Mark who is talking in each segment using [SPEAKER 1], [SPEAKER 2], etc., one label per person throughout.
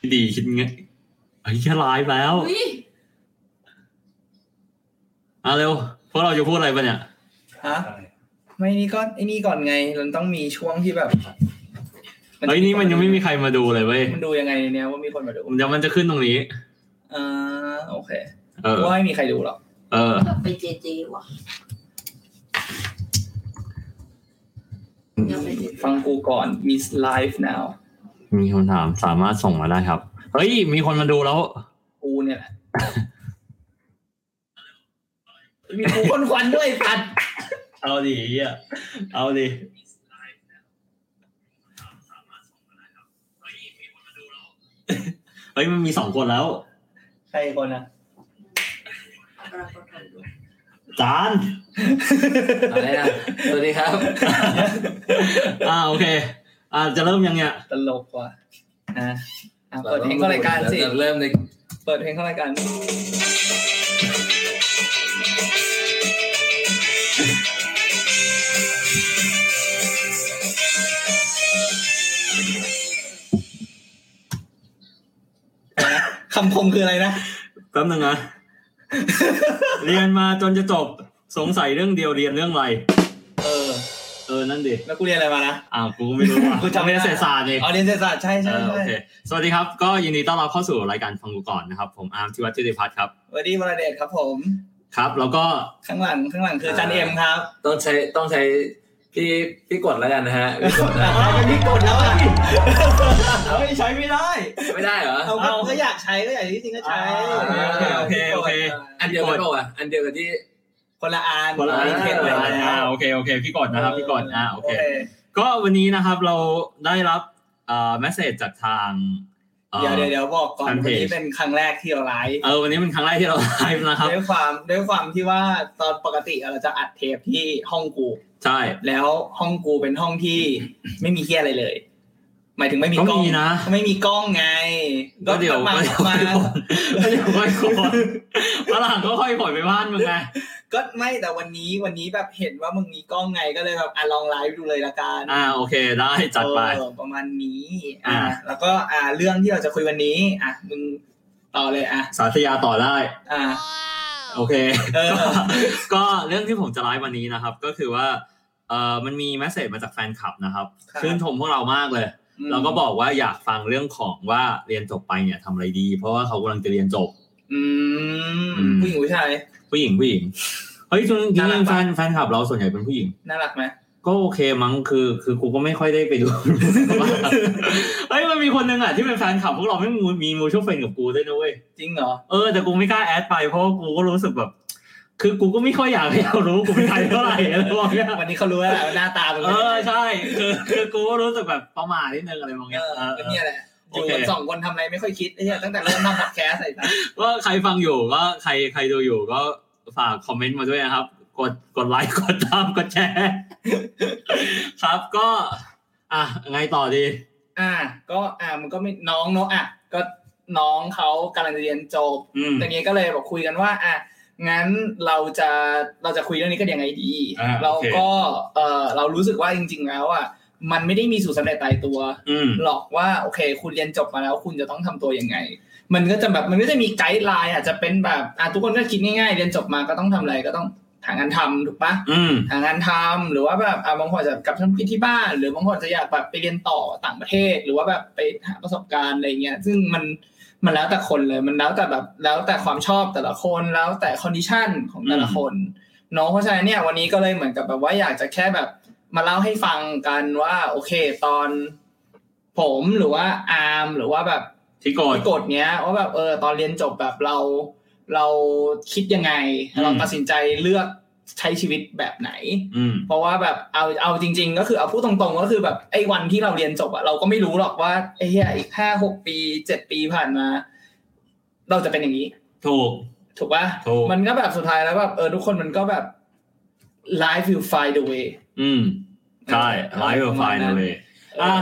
[SPEAKER 1] คิดไงไอ้แค่ไลฟ์แล้ว
[SPEAKER 2] อุ๊ย
[SPEAKER 1] อ่ะเร็วพวกเราจะพูดอะไรไปะเนี่ย
[SPEAKER 3] ฮะไม่นี่ก็ไอ้นี่ก่อนไงเราต้องมีช่วงที่แบบ
[SPEAKER 1] เฮ้ยนี่มันยังไม่มีใครมาดูเลยเว้ย
[SPEAKER 3] มันดูยังไงในเนี้ยว่ามีคนมาดู
[SPEAKER 1] มันจะมันจะขึ้นตรงนี้
[SPEAKER 3] อ่าโอเค
[SPEAKER 1] เออ
[SPEAKER 3] ว่าไม่มีใครดูหรอก
[SPEAKER 1] เออ
[SPEAKER 2] กลับไปเจเจว่ะ
[SPEAKER 3] Mm.
[SPEAKER 2] ยังไม่ได้
[SPEAKER 3] ฟังกูก่อนมี live now
[SPEAKER 1] มีคำถามสามารถส่งมาได้ครับ เฮ้ย มีคนมาดูแล้ว
[SPEAKER 3] กูเนี่ยแหละมีกูคนควันด้วยสัตว์
[SPEAKER 1] เอาดิไอ้เหี้ยเอาดิเฮ้ยมันมีสองคนแล้ว
[SPEAKER 3] ใครคนอ่ะ
[SPEAKER 2] เราก็ถ่ายรูป
[SPEAKER 1] จาน
[SPEAKER 4] อะไรนะสวัสดีครับ
[SPEAKER 1] อ่าโอเค อ่าจะเริ่มยังเนี่ย
[SPEAKER 3] ตลกว่ะนะอ่ะเปิดเพลงเข้ารายการสิ
[SPEAKER 4] เริ่มใน
[SPEAKER 3] เปิดเพลงเข้ารายการคำคมคืออะไรนะ
[SPEAKER 1] แป๊บนึงนะ เรียนมาจนจะจบสงสัยเรื่องเดียวเรียนเรื่องอะไร
[SPEAKER 3] เออ
[SPEAKER 1] เออ นั่นดิ
[SPEAKER 3] แล้วกูเรียนอะไรมานะ
[SPEAKER 1] อ้าวกูก็ไม่รู้อ่ะ
[SPEAKER 3] กูจำไม่ได้
[SPEAKER 1] เรียนเศรษฐศาสตร์นี่
[SPEAKER 3] อ๋อเรียนเศรษฐศาสตร์ใช่
[SPEAKER 1] เอ
[SPEAKER 3] ใช่
[SPEAKER 1] อโอ
[SPEAKER 3] ใช่
[SPEAKER 1] เค สวัสดีครับ ก็ยินดีต้อนรับเข้าสู่รายการฟังกูก่อนนะครับ ผมอาร์มธิวัฒน์ทิติพัฒน์ครับ
[SPEAKER 3] สวัสดีวราเดชครับผม
[SPEAKER 1] ครับ แล้วก็
[SPEAKER 3] ข้างหลังข้างหลังคืออาจันเอ็มครับ
[SPEAKER 4] ต้องใช้ต้องใช้พี่พี่กดแล้วกันนะฮะพี่กดนะ
[SPEAKER 3] อ้าวเป็นพี่กดแล้วอ่ะไม่ใช้ไม่ได้
[SPEAKER 4] ไม่ได้เหรอ
[SPEAKER 3] เอาก็ก็อยากใช้ก็อยากที่จริงก็ใช้
[SPEAKER 4] อ่า
[SPEAKER 1] โอเคโอเค
[SPEAKER 4] อันเดียวกันเปล่าวะอันเดียวกันที่
[SPEAKER 3] คนละอัน
[SPEAKER 1] คนละอัน
[SPEAKER 4] เทศ
[SPEAKER 3] ค
[SPEAKER 4] เลย
[SPEAKER 3] ละอัน
[SPEAKER 1] อ่าโอเคโอเค พี่กดนะครับ พี่กดอ่าโอเค ก็วันนี้นะครับเราได้รับเอ่อแมสเซจจากทางอ่อ
[SPEAKER 3] เดี๋ยวเดี๋ยวเดี๋ยวบอกก่อน
[SPEAKER 1] Fan
[SPEAKER 3] วัน
[SPEAKER 1] page
[SPEAKER 3] นี้เป็นครั้งแรกที่เราไลฟ์
[SPEAKER 1] เออวันนี้เป็นครั้งแรกที่เราไลฟ์นะครับ
[SPEAKER 3] ด้วยความด้วยความที่ว่าตอนปกติเราจะอัดเทปที่ห้องกู
[SPEAKER 1] ใช่
[SPEAKER 3] แล้วห้องกูเป็นห้องที่ ไม่มีเฮียอะไรเลย หมายถึงไม่มี
[SPEAKER 1] ก็
[SPEAKER 3] กล้อง
[SPEAKER 1] มีนะ
[SPEAKER 3] ไม่มีกล้องไง
[SPEAKER 1] ก็เดี๋ยว
[SPEAKER 3] มา
[SPEAKER 1] ก็เดี๋ยวค่
[SPEAKER 3] มา
[SPEAKER 1] อยขนก็เดี๋ยวค่อยขนฝรั่งก็ค่อยขนไปบ้านมึงไง
[SPEAKER 3] ก็ไม่แต่วันนี้วันนี้แบบเห็นว่ามึงมีกล้องไงก็เลยแบบอ่ะลองไลฟ์ดูเลยละกัน
[SPEAKER 1] อ่าโอเคได้จัดไป
[SPEAKER 3] เออประมาณนี้ อ่า
[SPEAKER 1] อ่า
[SPEAKER 3] แล้วก็อ่าเรื่องที่เราจะคุยวันนี้ อ่ะมึงต่อเลยอ่ะ
[SPEAKER 1] สาธยาต่อได้
[SPEAKER 3] อ่า
[SPEAKER 1] โอเค
[SPEAKER 3] เอ อ
[SPEAKER 1] ก็ก็เรื่องที่ผมจะไลฟ์วันนี้นะครับ ก็คือว่าเออมันมีแมสเซจมาจากแฟนคลับนะครับ
[SPEAKER 3] ครับ
[SPEAKER 1] ชื่นชมพวกเรามากเลย เราก็บอกว่าอยากฟังเรื่องของว่าเรียนจบไปเนี่ยทำอะไรดี เพราะว่าเขากำลังจะเรียนจบ
[SPEAKER 3] อืม
[SPEAKER 1] อืม
[SPEAKER 3] ผู้หญิงผู้ชาย
[SPEAKER 1] ผู้หญิงผู้หญิงเฮ้ยจริงจริ
[SPEAKER 3] น่ารัก
[SPEAKER 1] ง
[SPEAKER 3] ปะ
[SPEAKER 1] แฟนแฟนคลับเราส่วนใหญ่เป็นผู้หญิง
[SPEAKER 3] น่ารักไหม
[SPEAKER 1] ก็โอเคมั้งคือคือกูก็ไม่ค่อยได้ไปดู เฮ้ยมันมีคนหนึ่งอ่ะที่เป็นแฟนคลับพวกเราไม่มีมีมูชั่วเฟนกับกูด้วยนะเว้ย
[SPEAKER 3] จริงเหรอ
[SPEAKER 1] เออแต่กูไม่กล้าแอดไปเพราะว่ากูก็รู้สึกแบบ คือกูก็ไม่ค่อยอยากให้เขารู้กูเป็นใครเท่าไหร่อะไรประมาณเนี้ย
[SPEAKER 3] วันนี้เขารู้แล้วแหละว่าหน้าตามัน
[SPEAKER 1] เอ
[SPEAKER 3] เป็นยัง
[SPEAKER 1] อ
[SPEAKER 3] ไง
[SPEAKER 1] ใช่คือคือกูก็รู้สึกแบบประหมาทนิดนึงอะไรประมาณ
[SPEAKER 3] เอ
[SPEAKER 1] เนี้ย
[SPEAKER 3] อ
[SPEAKER 1] เออเอ
[SPEAKER 3] ก็
[SPEAKER 1] อ
[SPEAKER 3] เนี่ยแหละอ
[SPEAKER 1] โอเค
[SPEAKER 3] ยู่กันสองคนทำอะไรไม่ค่อยคิดไอ้เนี่ยตั้งแต่เริ่มทำพอดแคสต์ใส่ตา
[SPEAKER 1] ก็ใครฟังอยู่ก็ใครใครดูอยู่ก็ฝากคอมเมนต์มาด้วยนะครับ กดกดไลค์กดตามกดแชร์ ครับก็ อ่ะไงต่อดี
[SPEAKER 3] อ่า ก็อ่ามันก็ไม่น้องเนอะอ่ะก็น้องเขากำลังจะเรียนจบ
[SPEAKER 1] อืม
[SPEAKER 3] แต่เนี้ยก็เลยบอกคุยกันว่าอ่ะงั้นเราจะเราจะคุยเรื่องนี้กันยังไงดี
[SPEAKER 1] อ่า
[SPEAKER 3] เรา
[SPEAKER 1] โอเค
[SPEAKER 3] ก็เออเรารู้สึกว่าจริง ๆ แล้วอ่ะมันไม่ได้มีสูตรสำเร็จตายตัว
[SPEAKER 1] อืม
[SPEAKER 3] หรอกว่าโอเค คุณเรียนจบมาแล้วคุณจะต้องทำตัวยังไง มันก็จะแบบมันก็จะมีไกด์ไลน์อาจจะเป็นแบบอ่ะทุกคนก็คิดง่ายๆ เรียนจบมาก็ต้องทำอะไรก็ต้องหางานทำถูกปะ
[SPEAKER 1] อืม
[SPEAKER 3] หางานทำหรือว่าแบบอ่ะบางคนอาจจะกลับทำกิจที่บ้าน หรือบางคนอาจจะอยากแบบไปเรียนต่อต่างประเทศ หรือว่าแบบไปหาประสบการณ์อะไรเงี้ยซึ่งมันมันแล้วแต่คนเลยมันแล้วแต่แบบแล้วแต่ความชอบแต่ละคนแล้วแต่คอนดิชันของแต่ละ
[SPEAKER 1] อืม
[SPEAKER 3] คนเน้องเพราะฉะนั้นเนี่ยวันนี้ก็เลยเหมือนกับแบบว่าอยากจะแค่แบบ มาเล่าให้ฟังกันว่า โอเค ตอน ผมหรือว่าอาร์มหรือว่าแบบ
[SPEAKER 1] ที่โกด
[SPEAKER 3] พี่กฎเนี้ยว่าแบบเออตอนเรียนจบแบบเรา เราคิดยังไง
[SPEAKER 1] อืม
[SPEAKER 3] เราตัดสินใจเลือกใช้ชีวิตแบบไหน
[SPEAKER 1] อืม
[SPEAKER 3] เพราะว่าแบบเอาเอาจริง ๆ ก็คือเอาพูดตรงๆ ก็คือแบบไอ้วันที่เราเรียนจบอะเราก็ไม่รู้หรอกว่าไอ้เหี้ยอีกห้าหกปีเจ็ดปีผ่านมา เราจะเป็นอย่างนี้
[SPEAKER 1] ถูก
[SPEAKER 3] ถูกปะ
[SPEAKER 1] ถูก
[SPEAKER 3] มันก็แบบสุดท้ายแล้วแบบเออทุกคนมันก็แบบ life will find a way
[SPEAKER 1] อืม ใช่ไลฟ์
[SPEAKER 3] ป
[SPEAKER 1] กับ
[SPEAKER 3] ระ
[SPEAKER 1] ไฟ
[SPEAKER 3] มาณ
[SPEAKER 1] นะ
[SPEAKER 3] นั้น
[SPEAKER 1] เว้ยอ่ะ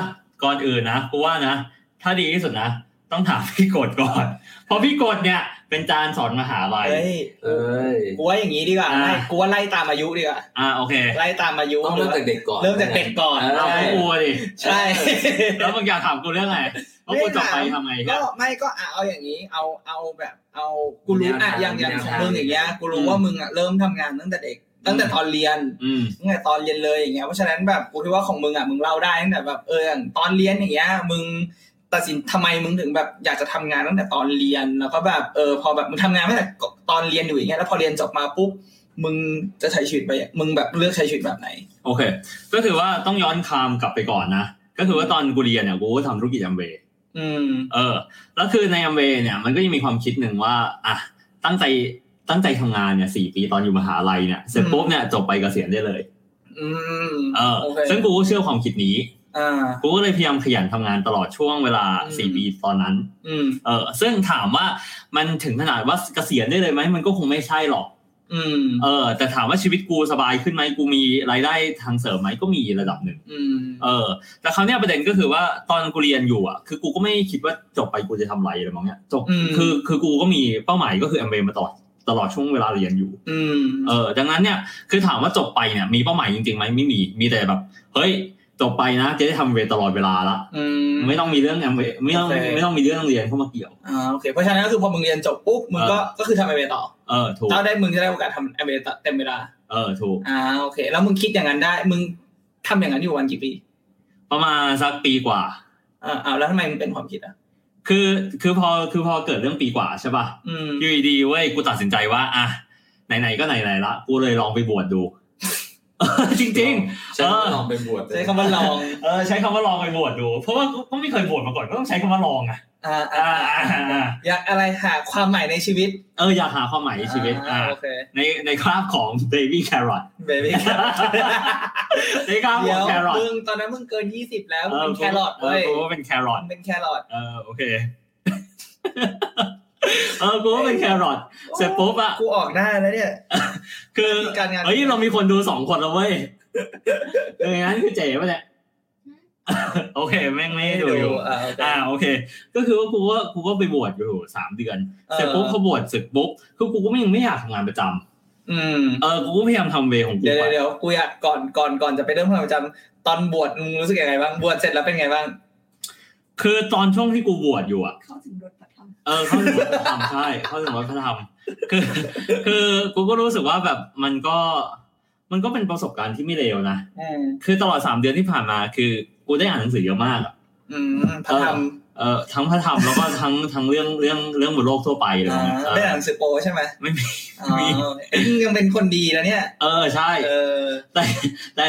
[SPEAKER 1] ก่อนอื่นนะกูว่านะ ถ้าดีที่สุดนะ ต้องถามพี่กดก่อน เพราะพี่กดเนี่ย เป็นจานสอนมหาลัย
[SPEAKER 3] เฮ้ย
[SPEAKER 4] เอ้ย
[SPEAKER 3] กูว่าอย่างนี้ดีกว่า
[SPEAKER 1] อ่า
[SPEAKER 3] ไล่กูว่าไล่ตามอายุดีกว่า
[SPEAKER 1] อ่ะโอเค
[SPEAKER 3] ไล่ตามอายุ
[SPEAKER 4] ต้องเริ่มจากเด็กก่อน
[SPEAKER 3] เริ่มจากเด็กก่อน
[SPEAKER 4] เออ
[SPEAKER 1] เอา กู
[SPEAKER 3] ใช่
[SPEAKER 1] กลัวดิ
[SPEAKER 3] ใช่
[SPEAKER 1] แล้วมึงอยากถามกูเรื่องอะไร แล้วคนต่อไปทำไงค
[SPEAKER 3] ก็
[SPEAKER 1] รับ
[SPEAKER 3] ไม่ก็อ่ะเอาอย่างนี้ เอาเอาแบบเอากูรู้อ่ะอย่างอย่างของมึงอย่างเงี้ยกูรู้
[SPEAKER 1] อืม
[SPEAKER 3] ว่ามึงอ่ะเริ่มทำงานตั้งแต่เด็ก ตั้งแต่ตอนเรียน
[SPEAKER 1] อืม
[SPEAKER 3] ตั้งแต่ตอนเรียนเลยอย่างเงี้ยเพราะฉะนั้นแบบกูคิดว่าของมึงอ่ะมึงเล่าได้ตั้งแต่แบบเอออย่างตอนเรียนอย่างเงี้ยมึงตัดสินทำไมมึงถึงแบบอยากจะทำงานตั้งแต่ตอนเรียนแล้วก็แบบเออพอแบบมึงทำงานตั้งแต่ตอนเรียนอยู่อย่างเงี้ยแล้วพอเรียนจบมาปุ๊บมึงจะใช้ชีวิตไปมึงแบบเลือกใช้ชีวิตแบบไหน
[SPEAKER 1] โอเค ก็คือว่าต้องย้อนคามกลับไปก่อนนะ ก็คือว่าตอนกูเรียนเนี่ยกูก็ทำธุรกิจแอมเวย์
[SPEAKER 3] อืม
[SPEAKER 1] เออ แล้วคือในแอมเวย์เนี่ยมันก็ยังมีความคิดหนึ่งว่าอ่ะตั้งใจตั้งใจทำงานเนี่ยสี่ปีตอนอยู่มหาลัยเนี่ยเสร็จปุ๊บเนี่ยจบไปเกษียณได้เลย
[SPEAKER 3] อืม
[SPEAKER 1] เออ
[SPEAKER 3] โอเค
[SPEAKER 1] ซึ่งกูก็เชื่อความคิดนี้
[SPEAKER 3] อ่า
[SPEAKER 1] กูก็เลยพยายามขยันทำงานตลอดช่วงเวลา
[SPEAKER 3] อืม
[SPEAKER 1] สี่ปีตอนนั้น
[SPEAKER 3] อืม
[SPEAKER 1] เออ ซึ่งถามว่ามันถึงขนาดว่าเกษียณได้เลยไหมมันก็คงไม่ใช่หรอก
[SPEAKER 3] อืม
[SPEAKER 1] เออ แต่ถามว่าชีวิตกูสบายขึ้นไหมกูมีรายได้ทางเสริมไหมก็มีระดับหนึ่ง
[SPEAKER 3] อืม
[SPEAKER 1] เออ แต่คราวเนี้ยประเด็นก็คือว่าตอนกูเรียนอยู่อ่ะ คือกูก็ไม่คิดว่าจบไปกูจะทำอะไรอะไรมองเนี้ยจบ
[SPEAKER 3] อืม
[SPEAKER 1] คือคือกูก็มีเป้าหมายก็คือแอมเบมาตลอดตลอดช่วงเวลาเรียนอยู่
[SPEAKER 3] อืม
[SPEAKER 1] เออ ดังนั้นเนี่ย คือถามว่าจบไปเนี่ยมีเป้าหมายจริงๆไหมไม่มี มีแต่แบบ เฮ้ย จบไปนะจะได้ทำเวรตลอดเวลาละ
[SPEAKER 3] อืม
[SPEAKER 1] ไม่ต้องมีเรื่องแอมเวไม่ต้อง
[SPEAKER 3] โอเค
[SPEAKER 1] ไม่ต้องมีเรื่องเรียนเข้ามาเกี่ยว
[SPEAKER 3] อ่าโอเค เพราะฉะนั้นก็คือพอมึงเรียนจบปุ๊บ มึงก็ ก็คือทำเอเมต่อ
[SPEAKER 1] เออ ถูก
[SPEAKER 3] ถ้าได้มึงจะได้โอกาสทำเอเมต่อเต็มเวลา
[SPEAKER 1] เออ ถูก
[SPEAKER 3] อ่า โอเค แล้วมึงคิดอย่างนั้นได้ มึงทำอย่างนั้นอยู่วันกี่ปี
[SPEAKER 1] ประมาณสักปีกว่า
[SPEAKER 3] อ่าอ้าวแล้วทำไมมึงเป็นความคิดอ่ะ
[SPEAKER 1] คือ คือพอ คือพอเกิดเรื่องปีกว่าใช่ป่ะ
[SPEAKER 3] อืม
[SPEAKER 1] อยู่ดีๆเว้ย กูตัดสินใจว่า อ่ะ ไหนๆ ก็ไหนๆ ละ กูเลยลองไปบวชดู เออ จริง
[SPEAKER 4] ใช่ลองไปบวช
[SPEAKER 3] ใช้คำว่าลอง
[SPEAKER 1] ๆ เออ ใช้คำว่าลองไปบวชดู เพราะว่ากูก็ไม่เคยบวชมาก่อน ก็ต้องใช้คำว่าลองอะ
[SPEAKER 3] อ่าอ่า
[SPEAKER 1] อ่าอ่าอ่า
[SPEAKER 3] อยากอะไรหาความใหม่ในชีวิต
[SPEAKER 1] เออ อยากหาความหมายในชีวิต
[SPEAKER 3] อ่า
[SPEAKER 1] อ่า
[SPEAKER 3] โอเค
[SPEAKER 1] ใน ในคราบของ baby carrot
[SPEAKER 3] เบบี้
[SPEAKER 1] ในคราบข
[SPEAKER 3] เดี๋
[SPEAKER 1] อยง
[SPEAKER 3] ว
[SPEAKER 1] carrot
[SPEAKER 3] มึงตอนนั้นมึงเกินยี่สิบแล้ว มึงเป็นแครอท
[SPEAKER 1] เอ
[SPEAKER 3] เว้
[SPEAKER 1] อย กูว่าเป็น carrot
[SPEAKER 3] มึงเป็นแครอท
[SPEAKER 1] เออโอเค เออกูว่าเป็นแครอทเสร็จปุ๊บอะ
[SPEAKER 3] กูออกหน้าแล้วเนี่ย
[SPEAKER 1] คือ
[SPEAKER 3] การงาน
[SPEAKER 1] เฮ้ยเรามีคนดูสองคนแล้วเว้ยเอองั้นคือเจ๋ปะ เนี่ยโอเค แม่งไม่
[SPEAKER 3] ให้
[SPEAKER 1] ได้
[SPEAKER 3] ดู
[SPEAKER 1] ดูอยู่
[SPEAKER 3] อ่าโอเค
[SPEAKER 1] อ่าโอเค ก็คือว่ากูว่ากูก็ไปบวชอยู่สามเดือน
[SPEAKER 3] ออ
[SPEAKER 1] เสร็จปุ๊บเขาบวชเสร็จปุ๊บคือกูก็ยังไม่อยากทำงานประจำ
[SPEAKER 3] อืม
[SPEAKER 1] เออกูก็พยายามทำเวของกู
[SPEAKER 3] เดี๋ยว
[SPEAKER 1] ไป
[SPEAKER 3] เดี๋ยวเดี๋ยวกูอยากก่อนก่อนก่อนจะไปเริ่มความจำตอนบวชมึงรู้สึกยังไงบ้างบวชเสร็จแล้วเป็นไงบ้าง
[SPEAKER 1] คือตอนช่วงที่กูบวชอยู่อะ
[SPEAKER 2] เข้าถึงรถประทับ
[SPEAKER 1] เออเข้าถึงวัดพระธรรมใช่เข้าถึงวัดพระธรรมคือ คือกูก็รู้สึกว่าแบบมันก็ มันก็เป็นประสบการณ์ที่ไม่เลวนะ
[SPEAKER 3] อืม
[SPEAKER 1] คือตลอดสามเดือนที่ผ่านมา คือกูได้อ่านหนังสือเยอะมากอะ
[SPEAKER 3] อืมพระธรรม
[SPEAKER 1] เออทั้งพระธรรมแล้วก็ทั้งทั้งเรื่องเรื่องเรื่องบนโลกทั่วไปเลย
[SPEAKER 3] อ่า
[SPEAKER 1] นะเอ
[SPEAKER 3] ได้
[SPEAKER 1] อ
[SPEAKER 3] อ่านหนังสือโปใช่ไหม
[SPEAKER 1] ไม่มี
[SPEAKER 3] อ๋อ
[SPEAKER 1] ไม่มี
[SPEAKER 3] เอ้ยยังเป็นคนดีนะเนี่ย
[SPEAKER 1] เออใช่
[SPEAKER 3] เออ
[SPEAKER 1] แต่แต่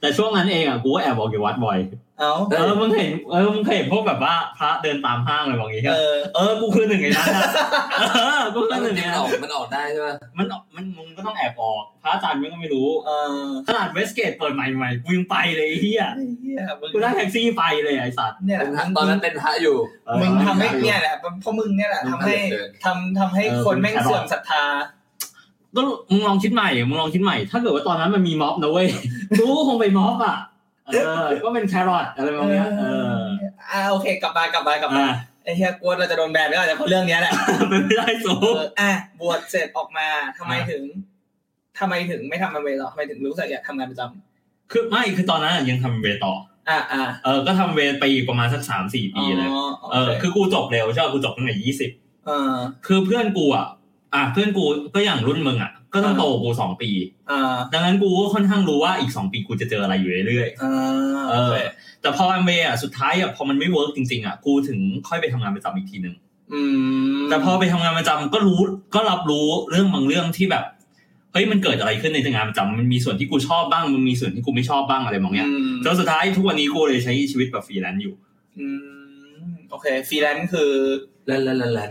[SPEAKER 1] แต่ช่วงนั้นเองอ่ะกูก็แอบออกอยู่วัดบ่อย
[SPEAKER 3] เอา
[SPEAKER 1] เออมึงเห็นเออมึงเคยเห็นพวกแบบว่าพระเดินตามห้างอะไรบางอย่าง
[SPEAKER 3] เอ
[SPEAKER 1] เงี้ย
[SPEAKER 3] อ
[SPEAKER 1] เออกูคือหนึ่งในนั้นอะเออกูคือหนึ่งในนั้น
[SPEAKER 4] มันออกมันออกได้ใช่ป่ะ
[SPEAKER 1] มันมันมึงก็ต้องแอบออก พระอาจารย์มึงก็ไม่รู้
[SPEAKER 3] เออ
[SPEAKER 1] ขนาดเวสเกตเปิดใหม่ใหม่กูยังไปเลยไอ้เฮีย
[SPEAKER 3] ไอ้เหี้ยมึง
[SPEAKER 1] กูนั่งแท็กซี่ไปเลยไอ้สัตว์
[SPEAKER 3] เนี่ยแห
[SPEAKER 4] เป็นพระ
[SPEAKER 3] ละ
[SPEAKER 4] ตอนนั้นเป็นพระอยู่
[SPEAKER 3] มึงทำให้
[SPEAKER 1] เออ
[SPEAKER 3] เนี่ยแหละเพราะมึงเนี่ยแหละทำให้
[SPEAKER 4] เออ
[SPEAKER 3] ทำทำให้คนแม่ง
[SPEAKER 1] เออ
[SPEAKER 3] เสื่อมศรัทธา
[SPEAKER 1] ก็มึงลองคิดใหม่มึงลองคิดใหม่ ถ้าเกิดว่าตอนนั้นมันมีม็อบนะเว้ย กูก็คงไปม็อบอ่ะเออ ก็เป็นแครอทอะไรประมาณเนี้ยเออ
[SPEAKER 3] อ่าโอเค กลับมากลับมากลับมา
[SPEAKER 1] อ่ะ
[SPEAKER 3] ไอ้เหี้ยกลัวเราจะโดนแบนก็อาจจะเพราะเรื่องเนี้ยแหละ
[SPEAKER 1] เป็นไม่ได้สู
[SPEAKER 3] เอออ่ะบวชเสร็จออกมาทำไมถึงทำไมถึงไม่ทำงานเวรหรอทำไมถึงรู้สึกอยากทำงานประจ
[SPEAKER 1] คือไม่คือตอนนั้นยังทำเวรต่อ
[SPEAKER 3] ำอ่ะอ่ะ
[SPEAKER 1] เออ ก็ทำเวรไปอีกประมาณสักสามสี่ปีเลย
[SPEAKER 3] อ๋อ
[SPEAKER 1] เออ คือกูจบเร็วใช่ป่ะกูจบตั้งแต่ยี่สิบ
[SPEAKER 3] เออ
[SPEAKER 1] คือเพื่อนกูอ่ะอ่ะเพื่อนกูก็อย่างรุ่นมึงอ่ะก็ต้องโตกว่ากูสองปี
[SPEAKER 3] อ่า
[SPEAKER 1] ดังนั้นกูก็ค่อนข้างรู้ว่าอีกสองปีกูจะเจออะไรอยู่เรื่อยๆ
[SPEAKER 3] อ่า
[SPEAKER 1] เออแต่พอแอมเวย์อ่ะสุดท้ายอ่ะพอมันไม่เวิร์กจริงๆอ่ะกูถึงค่อยไปทำงานประจำอีกทีหนึ่ง
[SPEAKER 3] อืม
[SPEAKER 1] แต่พอไปทำงานประจำก็รู้ก็รับรู้เรื่องบางเรื่องที่แบบเฮ้ยมันเกิดอะไรขึ้นในงานประจำมันมีส่วนที่กูชอบบ้างมันมีส่วนที่กูไม่ชอบบ้างอะไรบางอย่าง
[SPEAKER 3] อืม
[SPEAKER 1] จนสุดท้ายทุกวันนี้กูเลยใช้ชีวิตแบบฟรีแลน ซ์อยู่
[SPEAKER 3] อืมโอเคฟรีแลนซ์คือ
[SPEAKER 4] แล้วแล้วแล้วแล้ว